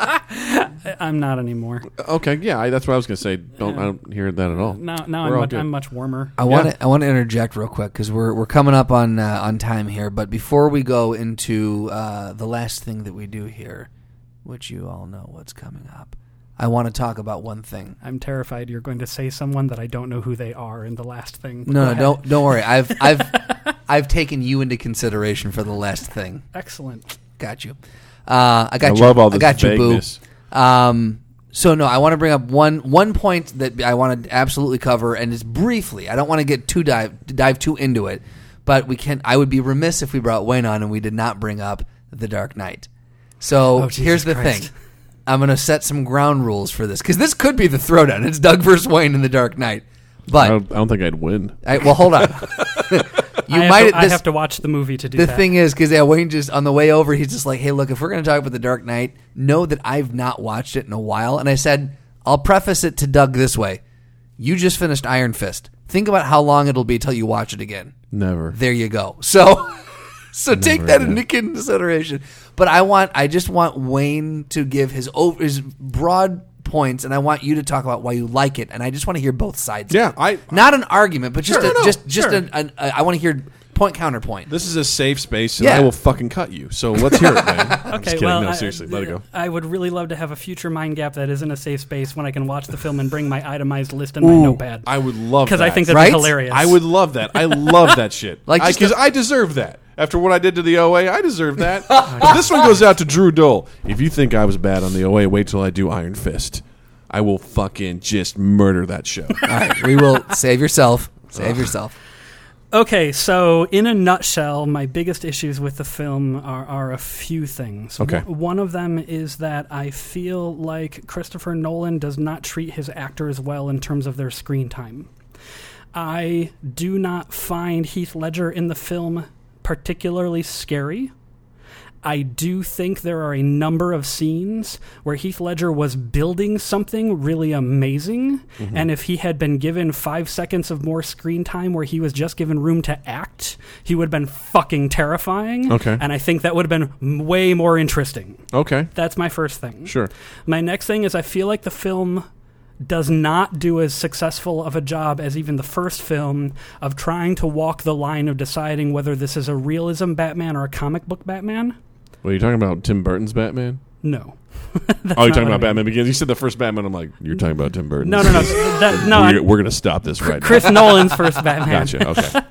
I- I'm not anymore.
Okay, yeah, I, that's what I was gonna say. Don't I don't hear that at all.
Now, now
We're
I'm
all
much,
good.
I'm much warmer.
I want to I want to interject real quick because we're we're coming up on uh, on time here. But before we go into uh, the last thing that we do here, which you all know what's coming up, I want to talk about one thing.
I'm terrified you're going to say someone that I don't know who they are in the last thing. Go
No, no,
ahead.
don't don't worry. I've I've I've taken you into consideration for the last thing.
Excellent.
Got you. Uh, I got
I
you.
love all
I
this
got
vagueness.
you, boo. Um, so no, I want to bring up one one point that I want to absolutely cover, and it's briefly. I don't want to get too dive dive too into it, but we can. I would be remiss if we brought Wayne on and we did not bring up the Dark Knight. So
Oh, Jesus
here's the
Christ.
thing. I'm going to set some ground rules for this because this could be the throwdown. It's Doug versus Wayne in the Dark Knight.
I
But
don't, I don't think I'd win.
I, well, hold on.
I,
you
have
might.
to, I
this-
have to watch the movie to do
the
that.
thing is, because yeah, Wayne just on the way over, he's just like, "Hey, look, if we're going to talk about the Dark Knight, know that I've not watched it in a while." And I said, "I'll preface it to Doug this way: You just finished Iron Fist. Think about how long it'll be till you watch it again."
Never.
There you go. So, so take that into consideration. But I want, I just want Wayne to give his over his broad points, and I want you to talk about why you like it, and I just want to hear both sides. of
Yeah,
it.
I-
not an argument, but just
Sure.
a,
No, no,
just just
sure.
an an- a, I want to hear point counterpoint.
This is a safe space, and
Yeah.
I will fucking cut you. So let's hear it, man. I'm just kidding.
well,
no,
I-
seriously, let it go.
I would really love to have a future mind gap that isn't a safe space when I can watch the film and bring my itemized list in my notepad.
I would love
because
that.
I think that'd
Right?
be hilarious.
I would love that. I love that shit.
Like,
Like,
just
because I, deserve that. After what I did to the OA, I deserve that. But this one goes out to Drew Dole. If you think I was bad on the OA, wait till I do Iron Fist. I will fucking just murder that show.
All right, we will save yourself. Save yourself.
Okay, so in a nutshell, my biggest issues with the film are, are a few things.
Okay.
One- one of them is that I feel like Christopher Nolan does not treat his actors well in terms of their screen time. I do not find Heath Ledger in the film particularly scary. I do think there are a number of scenes where Heath Ledger was building something really amazing.
Mm-hmm.
And if he had been given five seconds of more screen time where he was just given room to act, he would have been fucking terrifying.
Okay.
And I think that would have been m- way more interesting.
Okay.
That's my first thing.
Sure.
My next thing is I feel like the film does not do as successful of a job as even the first film of trying to walk the line of deciding whether this is a realism Batman or a comic book Batman.
What are you talking about? Tim Burton's Batman?
No.
oh, you're
not
talking
what I
about
mean.
Batman Begins. You said the first Batman. I'm like, you're talking about Tim Burton.
No, no, no. that, no
we're,
I-
we're gonna stop this right
Chris Nolan's first Batman.
now. Gotcha. Okay.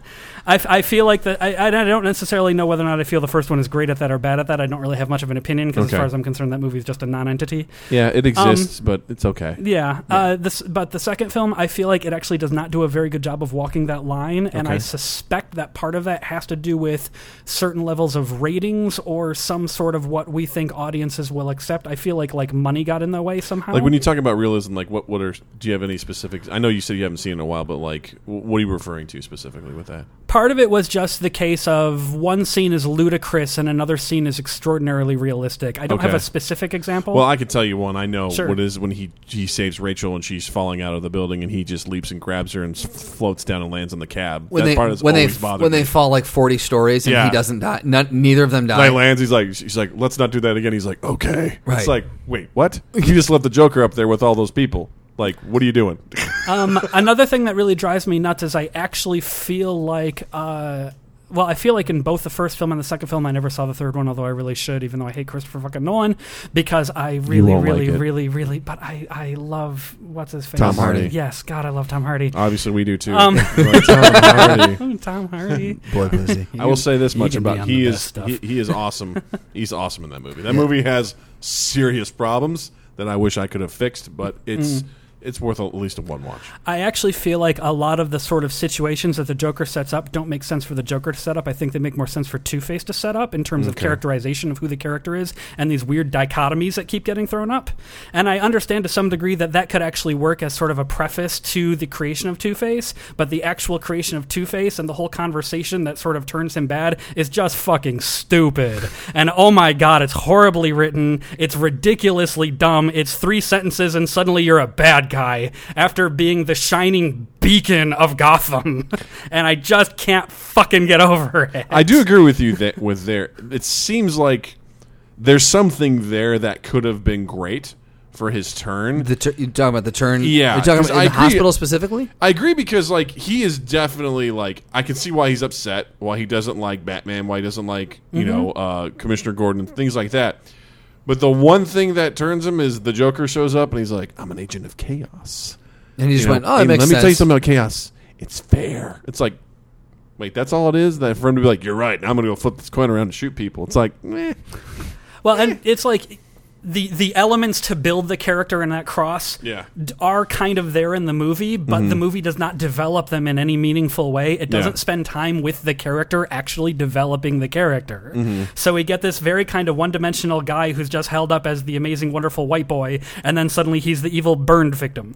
I, f- I feel like that. I, I don't necessarily know whether or not I feel the first one is great at that or bad at that. I don't really have much of an opinion because,
Okay.
as far as I'm concerned, that movie is just a non-entity.
Yeah, it
Um,
exists, but it's okay.
Yeah. Uh, this, but the second film, I feel like it actually does not do a very good job of walking that line, and I
Okay.
suspect that part of that has to do with certain levels of ratings or some sort of what we think audiences will accept. I feel like like money got in the way somehow.
Like when you talk about realism, like what what are do you have any specific? I know you said you haven't seen it in a while, but like wh- what are you referring to specifically with that?
part of it was just the case of one scene is ludicrous and another scene is extraordinarily realistic. I don't have
Okay.
a specific example.
Well, I can tell you one I know.
Sure.
What is when he he saves Rachel and she's falling out of the building and he just leaps and grabs her and s- floats down and lands on the cab.
When
that
they
part has
when they
always bothered
when
me.
they fall like forty stories and
Yeah.
he doesn't die, none, neither of them die.
Like lands, he's like, she's like, let's not do that again. He's like, okay.
Right.
It's like, wait, what? You just left the Joker up there with all those people. Like, what are you doing?
um, another thing that really drives me nuts is I actually feel like. Uh, well, I feel like in both the first film and the second film, I never saw the third one, although I really should, even though I hate Christopher fucking Nolan, because I really,
won't
really,
like it.
really, really, but I, I love what's his face,
Tom Hardy.
Yes, God, I love Tom Hardy.
Obviously, we do too.
Um.
Like, Tom Hardy.
Oh, Tom Hardy.
Boy, pussy.
I will say this
you
much
can be
about
on
he
the
is
best stuff.
He, he is awesome. He's awesome in that movie. That movie has serious problems that I wish I could have fixed, but it's it's worth at least a one watch.
I actually feel like a lot of the sort of situations that the Joker sets up don't make sense for the Joker to set up. I think they make more sense for Two Face to set up in terms of characterization of who the character is and these weird dichotomies that keep getting thrown up. And I understand to some degree that that could actually work as sort of a preface to the creation of Two Face, but the actual creation of Two Face and the whole conversation that sort of turns him bad is just fucking stupid. And oh my god, it's horribly written. It's ridiculously dumb. It's three sentences, and suddenly you're a bad guy after being the shining beacon of Gotham. and I just can't fucking get over it.
I do agree with you that with there. It seems like there's something there that could have been great for his turn.
The tur- you talking about the turn?
Yeah,
You're talking
'cause
about
I
in the
agree-
hospital specifically?
I agree because like he is definitely like I can see why he's upset, why he doesn't like Batman, why he doesn't like you
Mm-hmm.
know uh, Commissioner Gordon, things like that. But the one thing that turns him is the Joker shows up and he's like, "I'm an agent of chaos."
And he just
You know,
went, "Oh, that
and
makes
let
sense."
me tell you something about chaos. It's fair. It's like, wait, that's all it is. That for him to be like, "You're right," and I'm gonna go flip this coin around and shoot people. It's like, eh.
Well, and it's like the the elements to build the character in that cross
Yeah.
d- are kind of there in the movie, but
Mm-hmm.
the movie does not develop them in any meaningful way. It doesn't spend time with the character actually developing the character.
Mm-hmm.
So we get this very kind of one-dimensional guy who's just held up as the amazing wonderful white boy and then suddenly he's the evil burned victim.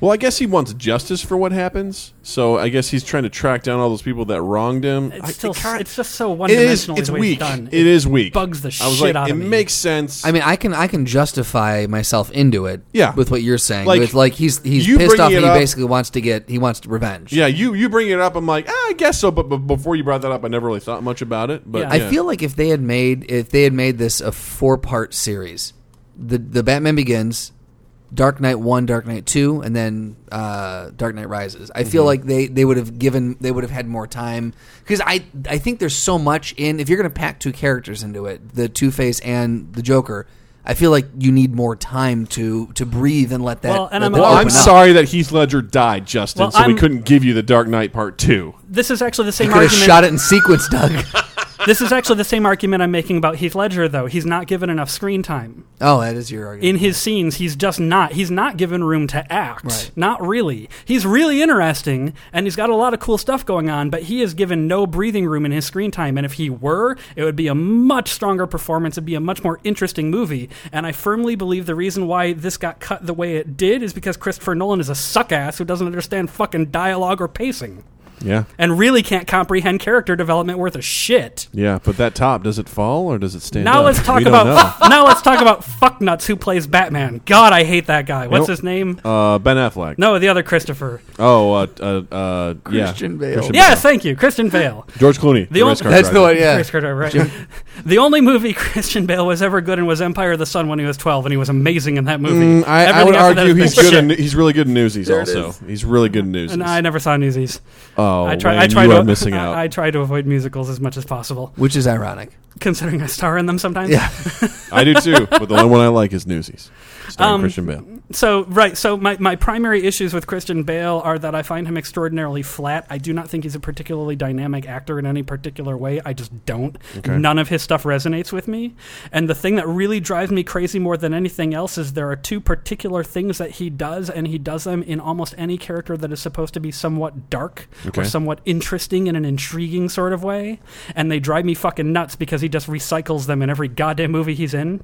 well, I guess he wants justice for what happens. So I guess he's trying to track down all those people that wronged him.
It's
I-
still
it kinda-
it's just so
It is.
one-dimensional
It's
the way
weak.
done.
it is weak.
bugs the
I was
shit
like,
out of
it
me.
makes sense.
I mean, I can I can justify myself into it.
Yeah.
with what you're saying,
Like,
like, with like he's he's
you
pissed
bringing
off and
it
he
up-
basically wants to get he wants revenge.
yeah, you you bring it up. I'm like, ah, I guess so. But, but before you brought that up, I never really thought much about it. But
Yeah.
I
yeah.
feel like if they had made if they had made this a four part series, the the Batman Begins, Dark Knight One, Dark Knight Two, and then uh, Dark Knight Rises. I feel like they, they would have given they would have had more time because I I think there's so much in if you're going to pack two characters into it, the Two Face and the Joker. I feel like you need more time to to breathe and let that.
Well, and
let
I'm-
that
Well,
open
I'm
up.
sorry that Heath Ledger died, Justin.
Well,
so we
I'm-
couldn't give you the Dark Knight Part Two.
This is actually the same
You could have
argument
shot it in sequence, Doug.
This is actually the same argument I'm making about Heath Ledger though. He's not given enough screen time.
oh, that is your argument.
in his scenes he's just not he's not given room to act
Right.
not really he's really interesting and he's got a lot of cool stuff going on but he is given no breathing room in his screen time and if he were it would be a much stronger performance it'd be a much more interesting movie and i firmly believe the reason why this got cut the way it did is because christopher nolan is a suck-ass who doesn't understand fucking dialogue or pacing
Yeah,
and really can't comprehend character development worth a shit
yeah. But that top does it fall or does it stand?
now
up?
let's talk
uh, We don't
about now let's talk about fucknuts who plays Batman. God, I hate that guy. What's
know-
his name?
know. uh, Ben Affleck.
No, the other Christopher.
Oh, uh, uh, uh, yeah.
Christian Bale.
Christian
Yes, thank you, Christian Bale.
George Clooney. The
only-
race car
That's the
driver.
one. Yeah.
Race car driver, right? The only movie Christian Bale was ever good in was Empire of the Sun when he was twelve, and he was amazing in that movie.
Mm, I, I
Everything
would
after that
argue
has
he's
been
good.
shit.
In, he's really good in Newsies. Also, he's really good in Newsies.
And I never saw Newsies.
oh,
I try.
Wayne,
I try
you
to
are missing out.
I, I try to avoid musicals as much as possible,
Which is ironic.
considering I star in them sometimes.
Yeah.
I do too, Um, but the only one I like is Newsies. Starring Christian Bale.
So right, so my, my primary issues with Christian Bale are that I find him extraordinarily flat. I do not think he's a particularly dynamic actor in any particular way. I just don't. None of his stuff resonates with me. And the thing that really drives me crazy more than anything else is there are two particular things that he does, and he does them in almost any character that is supposed to be somewhat dark
Okay.
or somewhat interesting in an intriguing sort of way. And they drive me fucking nuts because he just recycles them in every goddamn movie he's in.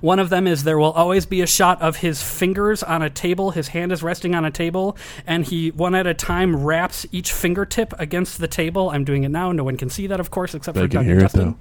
One of them is there will always be a shot of his fingers on a table. His hand is resting on a table, and he one at a time wraps each fingertip against the table. I'm doing it now. No one can see that, of course, except
They
for
can
Doug
hear
and
it,
Justin.
though.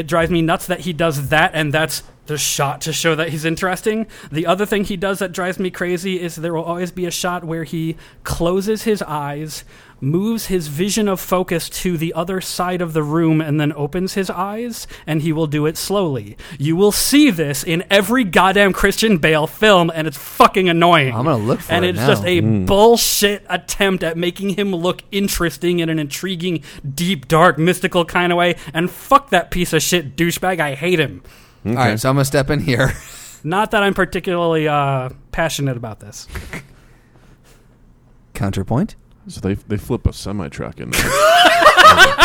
It drives me nuts that he does that, and that's the shot to show that he's interesting. The other thing he does that drives me crazy is there will always be a shot where he closes his eyes, moves his vision of focus to the other side of the room, and then opens his eyes, and he will do it slowly. You will see this in every goddamn Christian Bale film, and it's fucking annoying.
I'm gonna look for
and
it
it's
now.
just a
Hmm.
bullshit attempt at making him look interesting in an intriguing, deep, dark, mystical kind of way. And fuck that piece of shit douchebag. I hate him.
All right, so I'm gonna step in here.
Not that I'm particularly uh, passionate about this.
Counterpoint.
So they they flip a semi truck in there,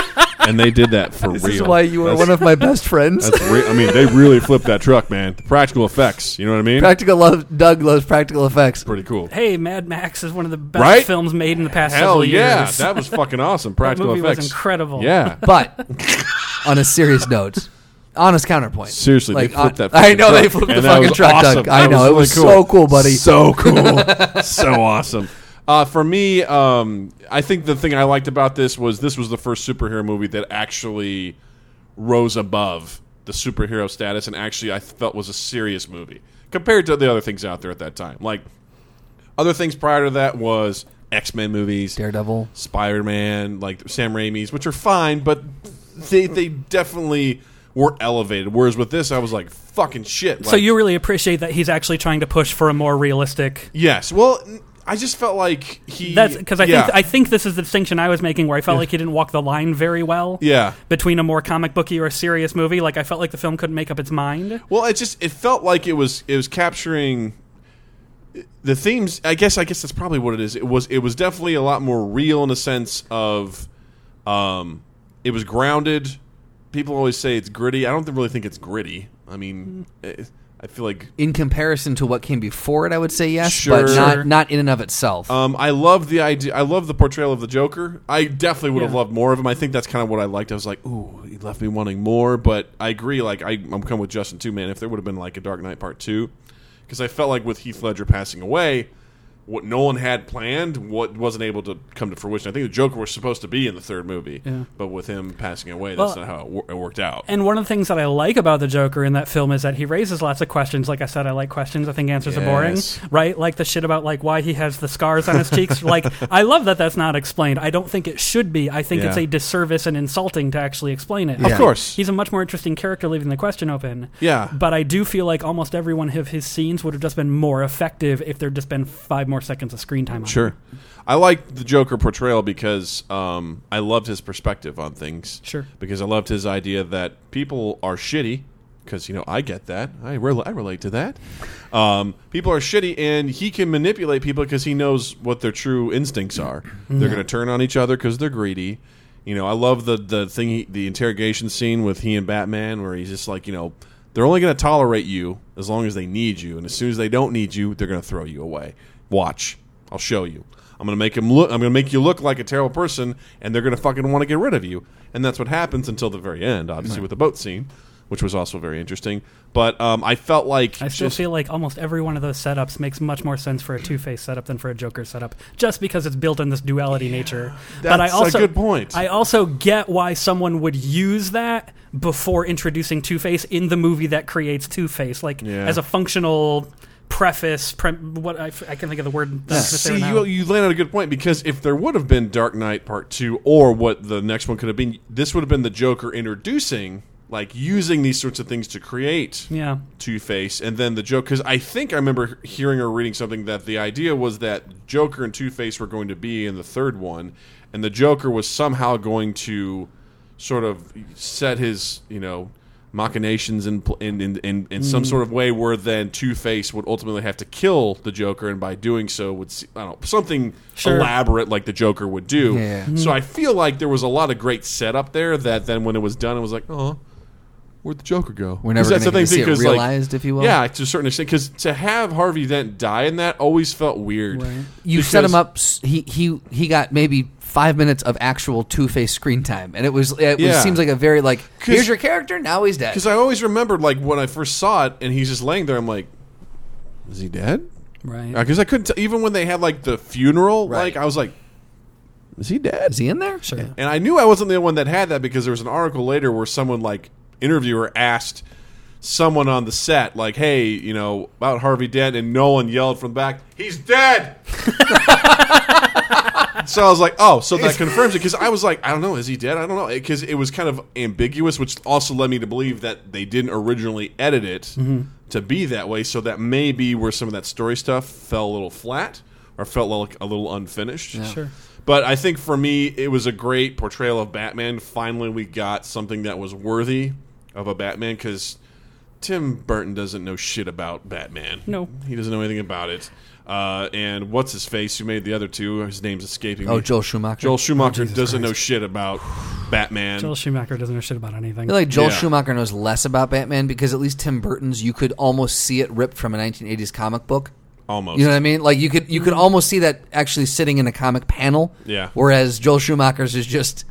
and they did that for real.
This is why you are
That's-
one of my best friends.
that's re- I mean, they really flipped that truck, man. Practical effects. You know what I mean?
Practical love. Doug loves practical effects.
Pretty cool.
Hey, Mad Max is one of the best
Right?
films made in the past
Hell
several
yeah,
years.
that was fucking awesome. Practical
movie was
effects,
incredible.
Yeah,
But on a serious note, honest counterpoint.
seriously, they
on-
flipped that.
uh, I
fucking
know they
truck,
flipped the
and that
fucking
was
truck,
awesome.
Doug. I
That
know it
really
was
cool.
so cool, buddy.
So cool, so awesome. Uh, for me, um, I think the thing I liked about this was this was the first superhero movie that actually rose above the superhero status, and actually I felt was a serious movie compared to the other things out there at that time. Like other things prior to that was X Men movies,
Daredevil.
Spider Man, like Sam Raimi's, which are fine, but they they definitely were elevated. Whereas with this, I was like, fucking shit.
So
like-
you really appreciate that he's actually trying to push for a more realistic.
Yes. Well, n- I just felt like he.
That's because I
yeah.
think I think this is the distinction I was making, where I felt like he didn't walk the line very well.
Yeah.
Between a more comic booky or a serious movie, like I felt like the film couldn't make up its mind.
Well, it just it felt like it was it was capturing the themes. I guess I guess that's probably what it is. It was it was definitely a lot more real in a sense of, um, it was grounded. People always say it's gritty. I don't really think it's gritty. I mean, it, I feel like
in comparison to what came before it, I would say yes,
Sure.
but not not in and of itself.
Um, I love the idea. I love the portrayal of the Joker. I definitely would have
Yeah.
loved more of him. I think that's kind of what I liked. I was like, ooh, he left me wanting more. But I agree. Like I, I'm coming with Justin too, man. If there would have been like a Dark Knight Part Two, because I felt like with Heath Ledger passing away, what Nolan had planned, what wasn't able to come to fruition. I think the Joker was supposed to be in the third movie, but with him passing away, that's
Well,
not how it, wor- it worked out.
And one of the things that I like about the Joker in that film is that he raises lots of questions. Like I said, I like questions. I think answers are boring,
Yes.
right? Like the shit about like why he has the scars on his cheeks. Like I love that that's not explained. I don't think it should be. I think it's
Yeah.
a disservice and insulting to actually explain it.
Of course,
He's a much more interesting character leaving the question open.
Yeah.
But I do feel like almost every one of his scenes would have just been more effective if there'd just been five more seconds of screen time on it.
Sure. I liked the Joker portrayal because um, I loved his perspective on things.
Sure.
Because I loved his idea that people are shitty. Because you know I get that. I rel- I relate to that. Um, people are shitty, and he can manipulate people because he knows what their true instincts are. They're going to turn on each other because they're greedy. You know, I love the the thing, he, the interrogation scene with he and Batman, where he's just like, you know, they're only going to tolerate you as long as they need you, and as soon as they don't need you, they're going to throw you away. Watch, I'll show you. I'm going to make him look. I'm going to make you look like a terrible person, and they're going to fucking want to get rid of you. And that's what happens until the very end, obviously with the boat scene, which was also very interesting. But um, I felt like
I still
just-
feel like almost every one of those setups makes much more sense for a Two Face setup than for a Joker setup, just because it's built in this duality nature. but I
that's a
also,
good point.
I also get why someone would use that before introducing Two Face in the movie that creates Two Face, like
Yeah.
as a functional preface. Pre- what I, f- I can think of the word. that's just there
See, you,
now.
you land on a good point because if there would have been Dark Knight Part Two, or what the next one could have been, this would have been the Joker introducing, like using these sorts of things to create
yeah.
Two Face, and then the Joker. Because I think I remember hearing or reading something that the idea was that Joker and Two Face were going to be in the third one, and the Joker was somehow going to sort of set his, you know. Machinations in, pl- in, in, in, in some sort of way, where then Two Face would ultimately have to kill the Joker, and by doing so, would see, I don't know something
Sure.
elaborate like the Joker would do.
Yeah.
So I feel like there was a lot of great setup there. That then when it was done, it was like, oh, where'd the Joker go?
We're never
'Cause that's
gonna
the
get
thing
to see
too,
it
'cause, like,
realized, if you will.
Yeah, to a certain extent, because to have Harvey Dent die in that always felt weird.
you set
Because-
him up. s- He he he got maybe five minutes of actual Two Face screen time, and it was it was-
Yeah.
seems like a very like
'Cause-
here's your character now he's dead.
Because I always remembered, like when I first saw it, and he's just laying there. I'm like, is he dead?
Right.
Because I couldn't. T- even when they had like the funeral,
Right.
like I was like, is he dead?
Is he in there?
Sure.
And I knew I wasn't the one that had that because there was an article later where someone like interviewer asked someone on the set like, "Hey, you know about Harvey Dent?" and no one yelled from the back, "He's dead." so I was like, "Oh, so that confirms it." Because I was like, "I don't know, is he dead? I don't know," because it was kind of ambiguous, which also led me to believe that they didn't originally edit it to be that way. So that may be where some of that story stuff fell a little flat or felt like a little unfinished.
Sure.
But I think for me, it was a great portrayal of Batman. Finally, we got something that was worthy of a Batman because Tim Burton doesn't know shit about Batman.
No.
he doesn't know anything about it. Uh, and what's his face? Who made the other two? His name's escaping me.
Oh, Joel Schumacher. Oh,
Joel Schumacher doesn't know shit about Batman.
Joel Schumacher doesn't know shit about anything.
I feel like Joel
Yeah.
Schumacher knows less about Batman because at least Tim Burton's you could almost see it ripped from a 1980s comic book.
Almost.
You know what I mean? Like you could you could almost see that actually sitting in a comic panel.
Yeah.
Whereas Joel Schumacher's is just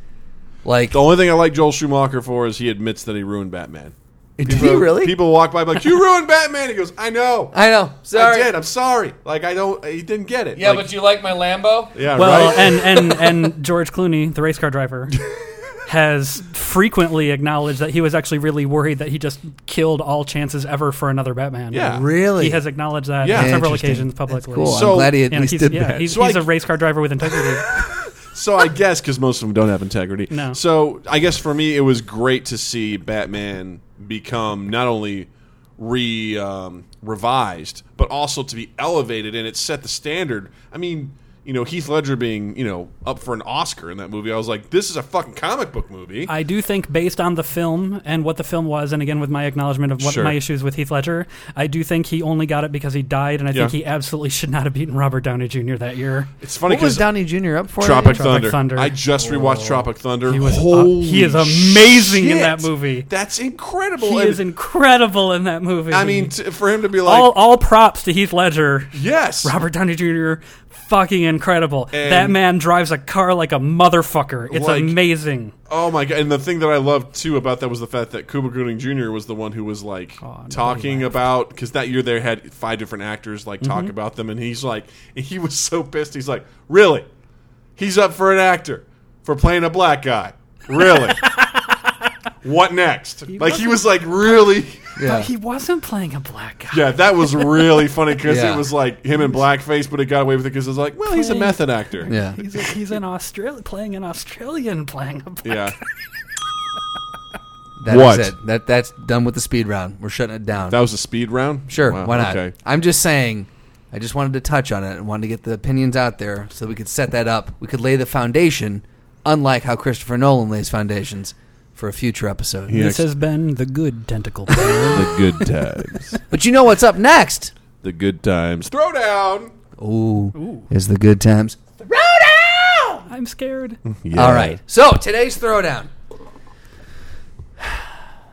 like
The only thing I like Joel Schumacher for is he admits that he ruined Batman.
did he really?
People walk by like, "You ruined Batman." He goes, "I know."
I know. Sorry.
I did. I'm sorry. Like I don't. He didn't get it. Like-
you like my Lambo?
Yeah,
Well,
Uh, right.
and, and, and George Clooney, the race car driver, has frequently acknowledged that he was actually really worried that he just killed all chances ever for another Batman.
Yeah.
Really?
He has acknowledged that
Yeah.
on several
Interesting.
occasions publicly.
Cool.
So-
I'm glad he at
And
least
he's,
did
yeah,
that.
he's,
So I-
he's a race car driver with integrity.
So I guess because most of them don't have integrity.
No.
So I guess for me, it was great to see Batman become not only re um, revised, but also to be elevated, and it set the standard. I mean, you know, Heath Ledger being you know up for an Oscar in that movie. I was like, this is a fucking comic book movie.
I do think, based on the film and what the film was, and again with my acknowledgement of what
Sure.
my issues with Heath Ledger, I do think he only got it because he died, and I think
Yeah.
he absolutely should not have beaten Robert Downey Jr. that year.
it's funny
What was
because
Downey Jr. up for?
Tropic
again?
Thunder.
Thunder.
I just rewatched Tropic Thunder.
He was-
Holy
he is amazing in
shit.
that movie.
That's incredible.
He
And,
is incredible in that movie.
I mean, t- for him to be like,
all all props to Heath Ledger.
yes,
Robert Downey Jr. fucking incredible.
And-
that man drives a car like a motherfucker. It's
Like-
amazing.
Oh my god! And the thing that I loved too about that was the fact that Cuba Gooding Jr. was the one who was like talking about because that year they had five different actors like talk about them, and he's like, and he was so pissed. He's like, really? He's up for an actor for playing a black guy? Really? what next? like he was like, really?
Yeah.
But he wasn't playing a black guy.
Yeah, that was really funny because
Yeah.
it was like him in blackface, but it got away with it because it was like, well, he's a
Playing-
method actor.
Yeah.
He's, he's an Australian playing an Australian playing a black
yeah.
That
What?
is it. That that's done with the speed round. We're shutting it down.
That was a speed round.
sure,
Wow,
why not?
Okay.
I'm just saying. I just wanted to touch on it and wanted to get the opinions out there so we could set that up. We could lay the foundation, unlike how Christopher Nolan lays foundations for a future episode.
He
This
ex-
has been the good tentacle.
the good times.
But you know what's up next?
the good times. Throw down.
Ooh, is the good times.
I'm scared.
Mm.
All right. So today's throwdown.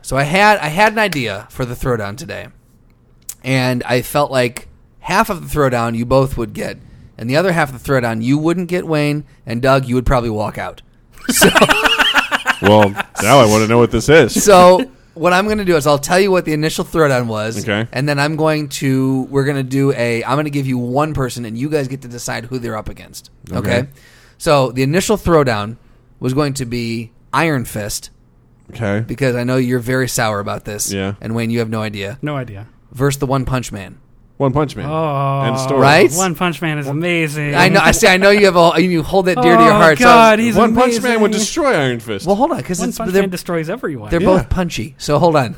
So I had I had an idea for the throwdown today, and I felt like half of the throwdown you both would get, and the other half of the throwdown you wouldn't get. Wayne and Doug, you would probably walk out.
Well, now I want to know what this is.
So what I'm going to do is I'll tell you what the initial throwdown was,
Okay.
and then I'm going to we're going to do a I'm going to give you one person, and you guys get to decide who they're up against.
Okay.
okay? So the initial throwdown was going to be Iron Fist.
Okay.
because I know you're very sour about this.
Yeah.
And Wayne, you have no idea.
No idea.
Versus the One Punch Man.
One Punch Man.
Oh,
and story.
Right?
One Punch Man is amazing.
I know. I see. I know you have a. You hold that dear to your
Oh,
heart. so-
God, he's-
One Punch Man
amazing.
would destroy Iron Fist.
well, hold on, because
One
they're
Punch Man destroys everyone.
they're
Yeah.
both punchy. So hold on.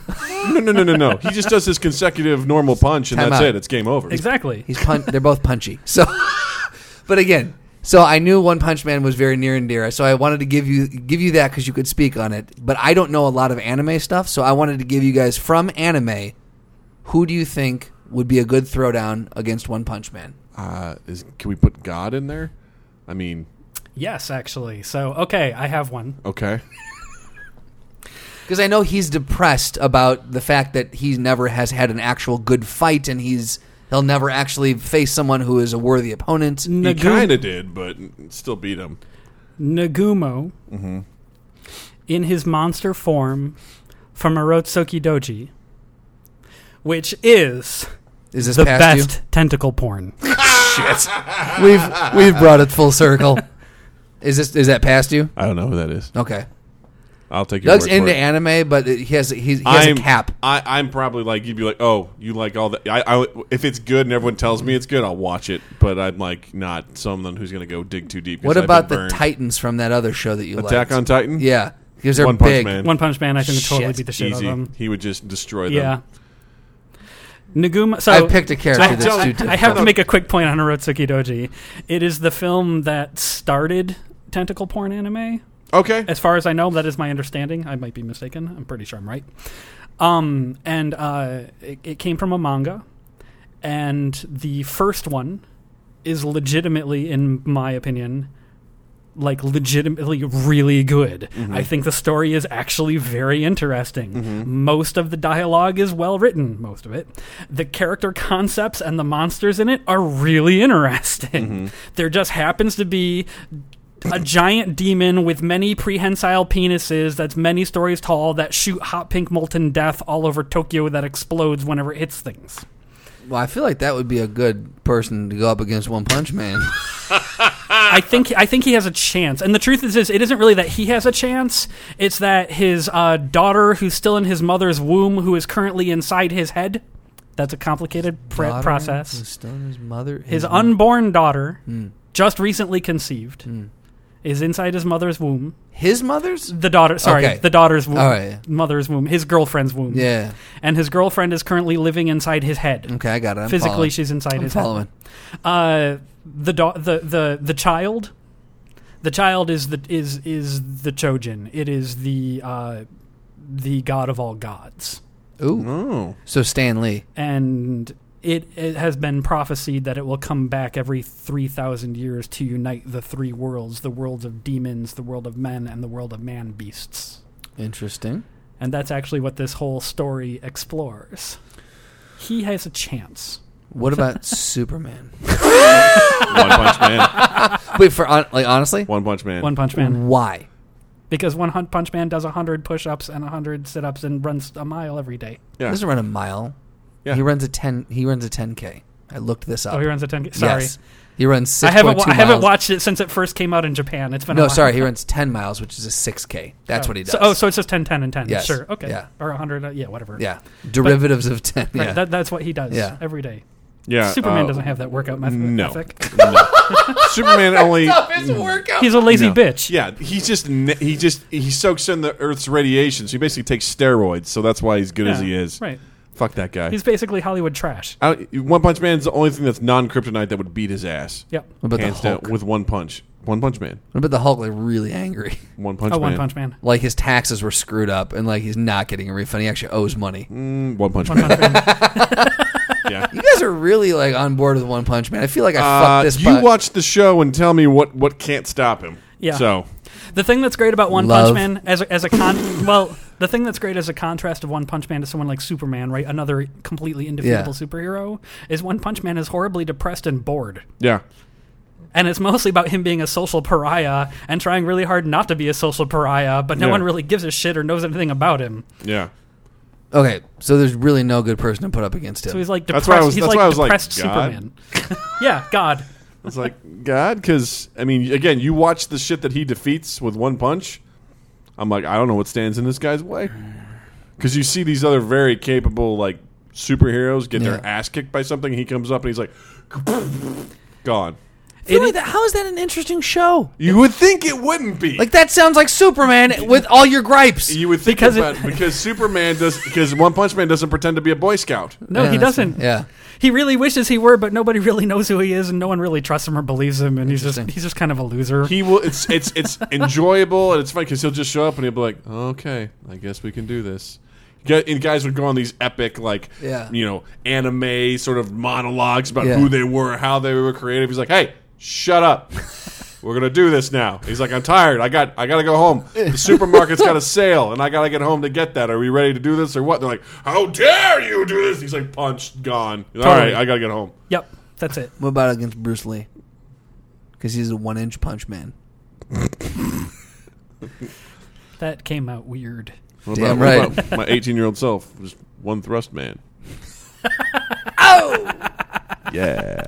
no, no, no, no, no. He just does his consecutive normal punch, and
Time
that's
out.
it. It's game over.
exactly.
He's pun- They're both punchy. So, but again, so I knew One Punch Man was very near and dear. So I wanted to give you give you that because you could speak on it. But I don't know a lot of anime stuff, so I wanted to give you guys from anime. Who do you think would be a good throwdown against One Punch Man?
Uh, is, can we put God in there? I mean,
Yes, actually. So, okay, I have one.
okay.
Because I know he's depressed about the fact that he never has had an actual good fight, and he's he'll never actually face someone who is a worthy opponent.
He
Nagu-
kind of did, but still beat him.
Nagumo,
Mm-hmm.
in his monster form from Orotsuki Doji, which is
Is this
the
past you?
best tentacle porn.
We've we've brought it full circle. is this is that past you?
I don't know who that is.
Okay,
I'll take your
Doug's
word for
into
it.
anime, but it- he has he, he has
I'm,
a cap.
I, I'm probably like you'd be like, oh, you like all that. I, I if it's good and everyone tells me it's good, I'll watch it. But I'm like not someone who's gonna go dig too deep. 'cause
What
I've
about
been
the
burned.
Titans from that other show that you like?
Attack on Titan?
Yeah, because they're
One Punch
big.
Man.
One Punch Man, I can totally
Shit.
beat the shit out of
Easy.
him.
He would just destroy them.
Yeah. Nagumo. So
I picked a character
I-
that's
don't-
too
I
difficult.
I have to make a quick point on Orotsuki Doji. It is the film that started tentacle porn anime.
Okay.
As far as I know, that is my understanding. I might be mistaken. I'm pretty sure I'm right. Um, and uh, it, it came from a manga, and the first one is legitimately, in my opinion, like legitimately really good. I think the story is actually very interesting. Most of the dialogue is well written, most of it. The character concepts and the monsters in it are really interesting. There just happens to be a giant demon with many prehensile penises that's many stories tall that shoot hot pink molten death all over Tokyo that explodes whenever it hits things.
Well, I feel like that would be a good person to go up against One Punch Man.
I think I think he has a chance. And the truth is, is it isn't really that he has a chance. It's that his uh, daughter, who's still in his mother's womb, who is currently inside his head. That's a complicated pr-
Daughter
process.
who's still in his Hmm. mother. Hmm.
His unborn daughter, just recently conceived, is inside his mother's womb.
His mother's?
The daughter, sorry,
Okay.
the daughter's womb,
All right.
mother's womb, his girlfriend's womb.
Yeah.
And his girlfriend is currently living inside his head.
Okay, I got it. I'm
Physically,
following.
she's inside
I'm
his
following.
head. Uh, the, da- the the the child, the child is the is is the Chojin. It is the uh, the god of all gods,
Ooh.
Oh,
So Stan Lee.
and it, it has been prophesied that it will come back every three thousand years to unite the three worlds: the worlds of demons, the world of men, and the world of man beasts.
Interesting.
And that's actually what this whole story explores. He has a chance.
What about Superman?
One Punch Man.
Wait for hon- like honestly,
One Punch Man.
One Punch Man.
why?
because one Hun- punch man does 100 push-ups and 100 sit-ups and runs a mile every day
He
Yeah.
doesn't run a mile.
Yeah.
He runs a ten. He runs a ten k. I looked this up.
oh he runs a 10 sorry
Yes. He runs
I
six.
haven't, wa- I haven't watched it since it first came out in Japan. It's been a
No,
while.
sorry. He runs ten miles, which is a six k. That's
Oh.
what he does.
So, oh, so it's just 10, 10, and 10.
Yes.
Sure. Okay.
Yeah.
Or 100. Uh, yeah, whatever.
yeah, derivatives of ten.
Right,
Yeah.
That, that's what he does
Yeah. oh.
every day.
Yeah.
Superman
uh,
doesn't have that workout meth-
no.
ethic.
Superman only.
workout.
He's a lazy
No.
bitch.
Yeah, he just ne- he just he soaks in the Earth's radiation, so he basically takes steroids. So that's why he's good as
Yeah,
he is.
Right.
Fuck that guy.
He's basically Hollywood trash.
I don't- one Punch Man's the only thing that's non-kryptonite that would beat his ass.
Yep.
What about
Hands
the
down
Hulk?
with one punch. One Punch Man.
what about the Hulk? Like really angry.
One Punch
Oh,
Man.
One Punch Man.
Like his taxes were screwed up, and like he's not getting a refund. He actually owes money.
Mm, one Punch
One
Man.
Punch Man.
yeah.
You guys are really like on board with One Punch Man. I feel like I
Uh,
fucked this.
you
pod-
watch the show and tell me what what can't stop him.
Yeah.
So
The thing that's great about One
Love.
Punch Man as a, as a con well, the thing that's great as a contrast of One Punch Man to someone like Superman, right? Another completely indefeatable
Yeah.
superhero is One Punch Man is horribly depressed and bored.
yeah.
And it's mostly about him being a social pariah and trying really hard not to be a social pariah, but no
Yeah.
one really gives a shit or knows anything about him.
Yeah.
Okay, so there's really no good person to put up against him.
So he's like
That's
depressed.
why I was-
he's
that's
like
why I was like,
depressed
God?
Superman. yeah, God.
It's like God, because I mean, again, you watch the shit that he defeats with one punch. I'm like, I don't know what stands in this guy's way, because you see these other very capable like superheroes get
Yeah.
their ass kicked by something. He comes up and he's like, gone.
I feel like that- how Oh, is that an interesting show?
You would think it wouldn't be.
Like that sounds like Superman with all your gripes.
you would think
Because
because
it-
about, because Superman does because One Punch Man doesn't pretend to be a Boy Scout.
No,
Yeah,
he
that's-
doesn't.
Yeah.
He really wishes he were, but nobody really knows who he is, and no one really trusts him or believes him, and he's just
Interesting.
he's just kind of a loser.
He will. It's it's it's enjoyable and it's fun because he'll just show up and he'll be like, "Okay, I guess we can do this." Gu- And guys would go on these epic, like,
Yeah.
you know, anime sort of monologues about
Yeah.
who they were, how they were creative. He's like, "Hey, shut up." We're gonna do this now. He's like, I'm tired. I got, I gotta go home. The supermarket's got a sale, and I gotta get home to get that. Are we ready to do this or what? They're like, How dare you do this? He's like, punched, gone. All right, I gotta get home.
yep, that's it.
What about against Bruce Lee? Because he's a one-inch punch man.
That came out weird.
What
Damn
about,
right.
what about my 18 year old self was one thrust man. oh! Yeah.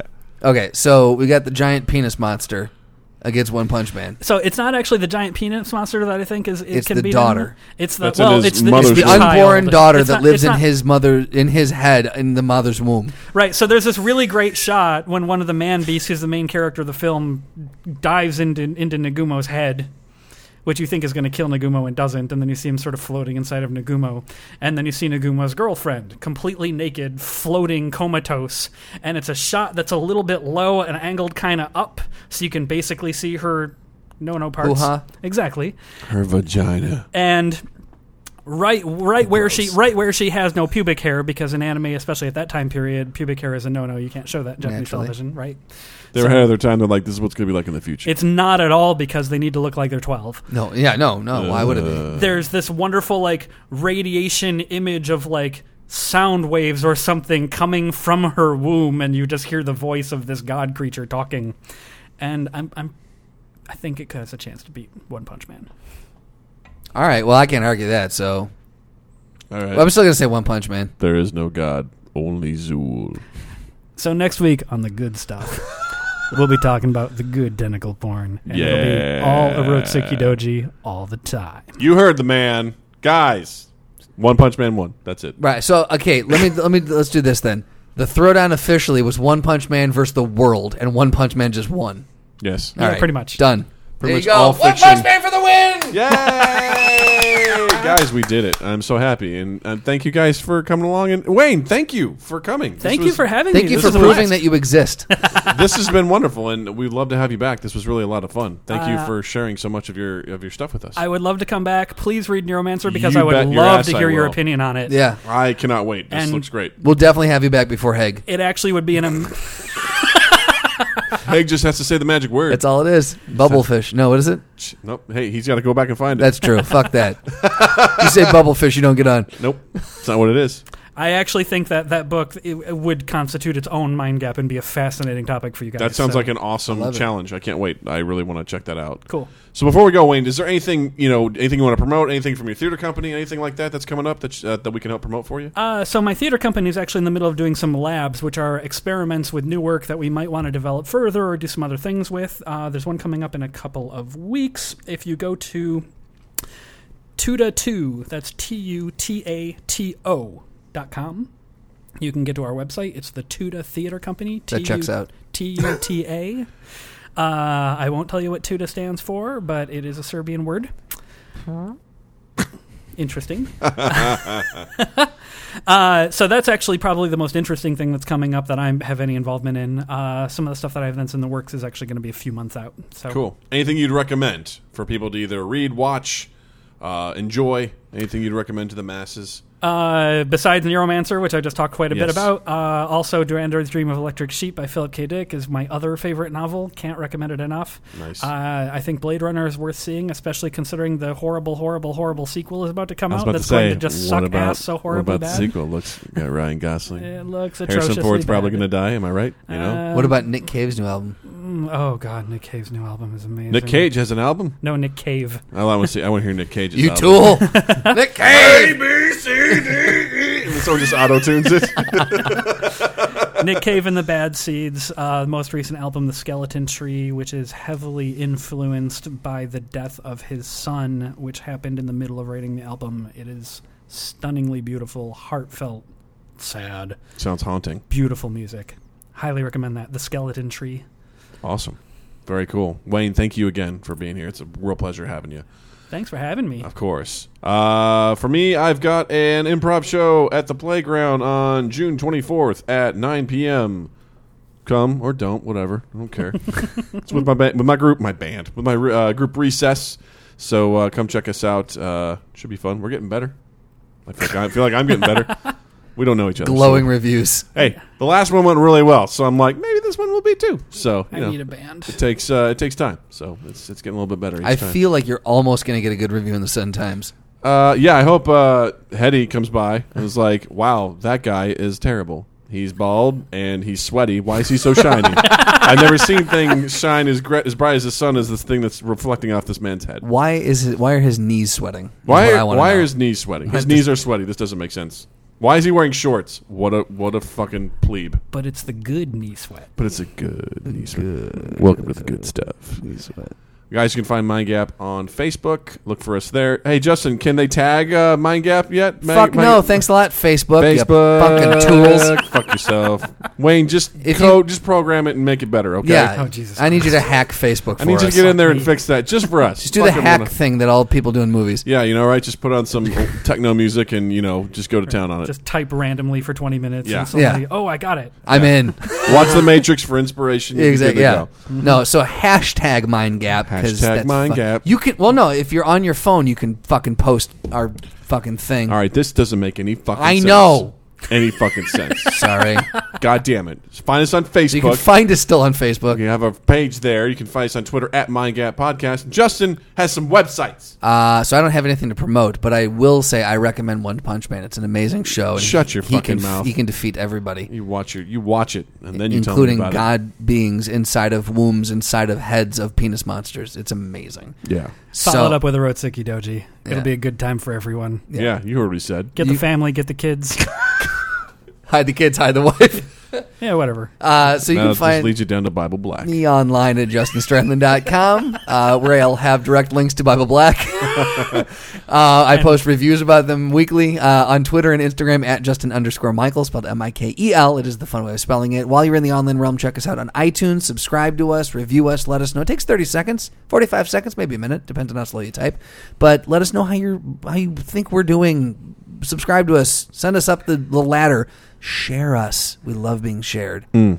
Okay, so we got the giant penis monster against One Punch Man.
So it's not actually the giant penis monster that I think is. It
It's
can
the
be
daughter.
It's the
That's in
well,
his
it's the,
mother's
it's
The
Child.
unborn daughter
It's
that
not- it's
lives in
not-
his mother in his head in the mother's womb.
Right. So there's this really great shot when one of the man beasts, who's the main character of the film, dives into into Nagumo's head. Which you think is going to kill Nagumo and doesn't, and then you see him sort of floating inside of Nagumo, and then you see Nagumo's girlfriend completely naked, floating comatose, and it's a shot that's a little bit low and angled kind of up, so you can basically see her no no parts
Hoo-ha.
exactly,
Her vagina.
and right right where she right where she has no pubic hair because in anime especially at that time period pubic hair is a no-no you can't show that in Japanese
Naturally.
television right
There had other time they're like, this is what's going to be like in the future.
it's not at all because they need to look like they're 12
No, yeah, no, no. why would it be?
there's this wonderful like radiation image of like sound waves or something coming from her womb and you just hear the voice of this god creature talking and I'm I'm I think it has a chance to beat One Punch Man.
All right, well, I can't argue that. So
All right.
Well, I'm still gonna say One Punch Man.
there is no God, only Zool.
So next week on the good stuff, we'll be talking about the good denical porn. And
Yeah.
it'll be all Erotsuki Doji all the time.
You heard the man. Guys, One Punch Man won. That's it.
Right. So okay, let me let me let's do this then. The throwdown officially was One Punch Man versus the world, and One Punch Man just won.
Yes.
All
Yeah,
right,
pretty much.
done. There
Pretty much
you
all
go. One
fiction.
punch man for the win.
Yay! guys, we did it. I'm so happy, and uh, thank you guys for coming along. And Wayne, thank you for coming. This
Thank you
was-
for having
Thank
me.
you
This
for
was a
proving
blast.
that you exist.
this has been wonderful, and we'd love to have you back. This was really a lot of fun. Thank you
Uh,
for sharing so much of your of your stuff with us.
I would love to come back. Please read Neuromancer because
You
I would
bet your
love
ass
to
I
hear your
will.
opinion on it.
yeah,
I cannot wait. This
And-
looks great.
we'll definitely have you back before Haig.
It actually would be an am-
Meg just has to say the magic word.
That's all it is. Bubblefish. No, what is it?
nope. Hey, he's got to go back and find it.
That's true. Fuck that. You say bubblefish, you don't get on.
nope. It's not what it is.
I actually think that that book it, it would constitute its own mind gap and be a fascinating topic for you guys.
That sounds
so-
like an awesome
love it.
challenge. I can't wait. I really want to check that out.
Cool.
So before we go, Wayne, is there anything you know, anything you want to promote, anything from your theater company, anything like that that's coming up that uh, that we can help promote for you?
Uh, so my theater company is actually in the middle of doing some labs, which are experiments with new work that we might want to develop further or do some other things with. Uh, there's one coming up in a couple of weeks. If you go to Tuta2, that's T-U-T-A-T-O dot com, you can get to our website. It's the Tuta Theater Company.
That checks out.
T-U-T-A. Uh, I won't tell you what Tuta stands for, but it is a Serbian word. Interesting. Uh, so that's actually probably the most interesting thing that's coming up that I have any involvement in. Uh, some of the stuff that I have that's in the works is actually going to be a few months out. So
Cool. Anything you'd recommend for people to either read, watch, uh, enjoy? Anything you'd recommend to the masses?
Uh, besides Neuromancer, which I just talked quite a bit
Yes.
about, uh, also Durandor's Dream of Electric Sheep by Philip K. Dick is my other favorite novel. Can't recommend it enough.
Nice.
Uh, I think Blade Runner is worth seeing, especially considering the horrible, horrible, horrible sequel is about to come out. that's going to just suck ass so horribly bad.
Looks got Ryan Gosling.
It looks atrociously
Harrison Ford's probably
bad. Uh,
going to die. Am I right? You know,
What about Nick Cave's new album?
Oh God, Nick Cave's new album is amazing.
Nick Cage has an album.
No, Nick Cave.
Oh, I want to see. I want to hear Nick Cage's.
You
album.
tool. Nick Cave.
And someone just auto tunes it.
Nick Cave and the Bad Seeds, uh, most recent album, The Skeleton Tree, which is heavily influenced by the death of his son, which happened in the middle of writing the album. It is stunningly beautiful, heartfelt, sad,
Sounds haunting.
beautiful music. Highly recommend that. The Skeleton Tree.
Awesome. Very cool. Wayne, thank you again for being here. It's a real pleasure having you.
Thanks for having me.
Of course. Uh, for me, I've got an improv show at the playground on June 24th at 9 p.m. Come or don't, whatever. I don't care. it's with my ba- with my group, my band, with my uh, group Recess. So uh, come check us out. Uh, should be fun. We're getting better. I feel like, I feel like I'm getting better. We don't know each other. so-
Glowing reviews.
Hey, the last one went really well, so I'm like, maybe this one will be too. So you
I
know,
need a band.
it takes uh, it takes time. So it's it's getting a little bit better. Each
I
time.
feel like you're almost going to get a good review in the Sun Times.
Uh, yeah, I hope uh, Hetty comes by and is like, "Wow, that guy is terrible. He's bald and he's sweaty. Why is he so shiny? I've never seen thing shine as gre- as bright as the sun as this thing that's reflecting off this man's head.
Why is his, why are his knees sweating? Is
Why?
what
Are,
I wanna
why
know.
are his knees sweaty? His knees are sweaty. This doesn't make sense. Why is he wearing shorts? What a what a fucking plebe.
But it's the good knee sweat.
But it's a good knee sweat. Welcome to the good stuff. Guys, you can find Mind Gap on Facebook. Look for us there. Hey, Justin, can they tag uh, Mind Gap yet? Mag-
Fuck
Mind-
no! Thanks a lot, Facebook. you
Facebook.
fucking tools.
Fuck yourself. Wayne, just
If
code, just program it and make it better, okay?
Yeah.
Oh, Jesus
I need you to hack Facebook. For
I need you to
us.
get in there and fix that just for us.
Just do the
Fucking
hack
wanna-
thing that all people do in movies.
yeah, you know, right? Just put on some techno music and, you know, just go to town on it.
Just type randomly for 20 minutes.
Yeah.
And somebody,
Yeah.
Oh, I got it.
I'm in.
Watch The Matrix for inspiration. You're good
exactly.
to
Yeah. Mm-hmm.
go.
No. So hashtag mind gap.
Hashtag
'cause that's
mind
fu-
gap.
You can. Well, no. If you're on your phone, you can fucking post our fucking thing.
All right, this doesn't make any fucking
I
sense.
know.
Any fucking sense.
Sorry.
God damn it. Just find us on
you can
Facebook.
find us still on Facebook.
We have a page there. You can find us on Twitter at Mind Gap Podcast. Justin has some websites.
Uh, so I don't have anything to promote, but I will say I recommend One Punch Man. It's an amazing show. and
Shut your
he
fucking
can,
mouth.
He can defeat everybody,
You watch it. You watch it, and then you
including
tell me about
god beings inside of wombs, inside of heads of penis monsters. It's amazing.
it. Yeah.
Follow it
so
up with a Rotsiki Doji.
Yeah.
It'll be a good time for everyone.
yeah, You already said.
Get
You-
the family, get the kids.
hide the kids, hide the wife.
Yeah, whatever.
Uh, so you
Now
can
this
find
leads you down to Bible Black.
me online at justinstrandland.com, uh, where I'll have direct links to Bible Black. uh, I post reviews about them weekly uh, on Twitter and Instagram at Justin underscore Michael, spelled M I K E L. It is the fun way of spelling it. While you're in the online realm, check us out on iTunes, subscribe to us, review us, let us know. It takes 30 seconds, 45 seconds, maybe a minute, depends on how slow you type. But let us know how, you're, how you think we're doing. Subscribe to us, send us up the, the ladder, share us. We love being shared.
May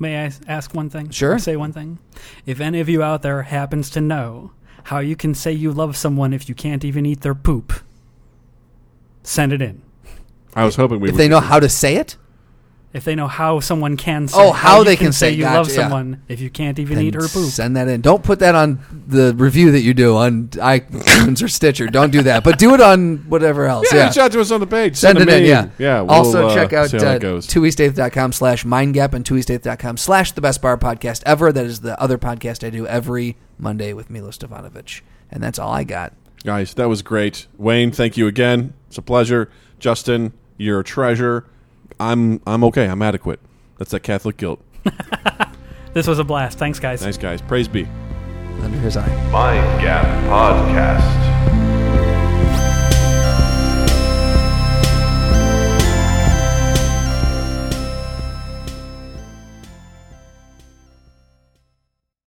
I s- ask one thing?
Sure.
Say one thing. If any of you out there happens to know how you can say you love someone if you can't even eat their poop, send it in.
I was hoping we
If
would
they know how to say it,
If they know how someone can say
Oh, how
you
they can say,
you
gotcha,
love
yeah.
someone if you can't even
then
eat her poop.
Send that in. Don't put that on the review that you do on iTunes or Stitcher. Don't do that. But do it on whatever else.
Yeah,
Yeah.
reach out to us on the page.
Send,
them
it in, yeah.
Yeah. we'll,
also,
uh,
check out
see how that
uh,
goes.
twoeasteighth.com slash mindgap and twoeasteighth.com slash the best bar podcast ever. That is the other podcast I do every Monday with Milo Stefanovic. And that's all I got.
Guys, that was great. Wayne, thank you again. It's a pleasure. Justin, you're a treasure. I'm I'm okay. I'm adequate. That's that Catholic guilt.
This was a blast. Thanks, guys.
Nice guys. Praise be.
Under his eye.
Mind Gap Podcast.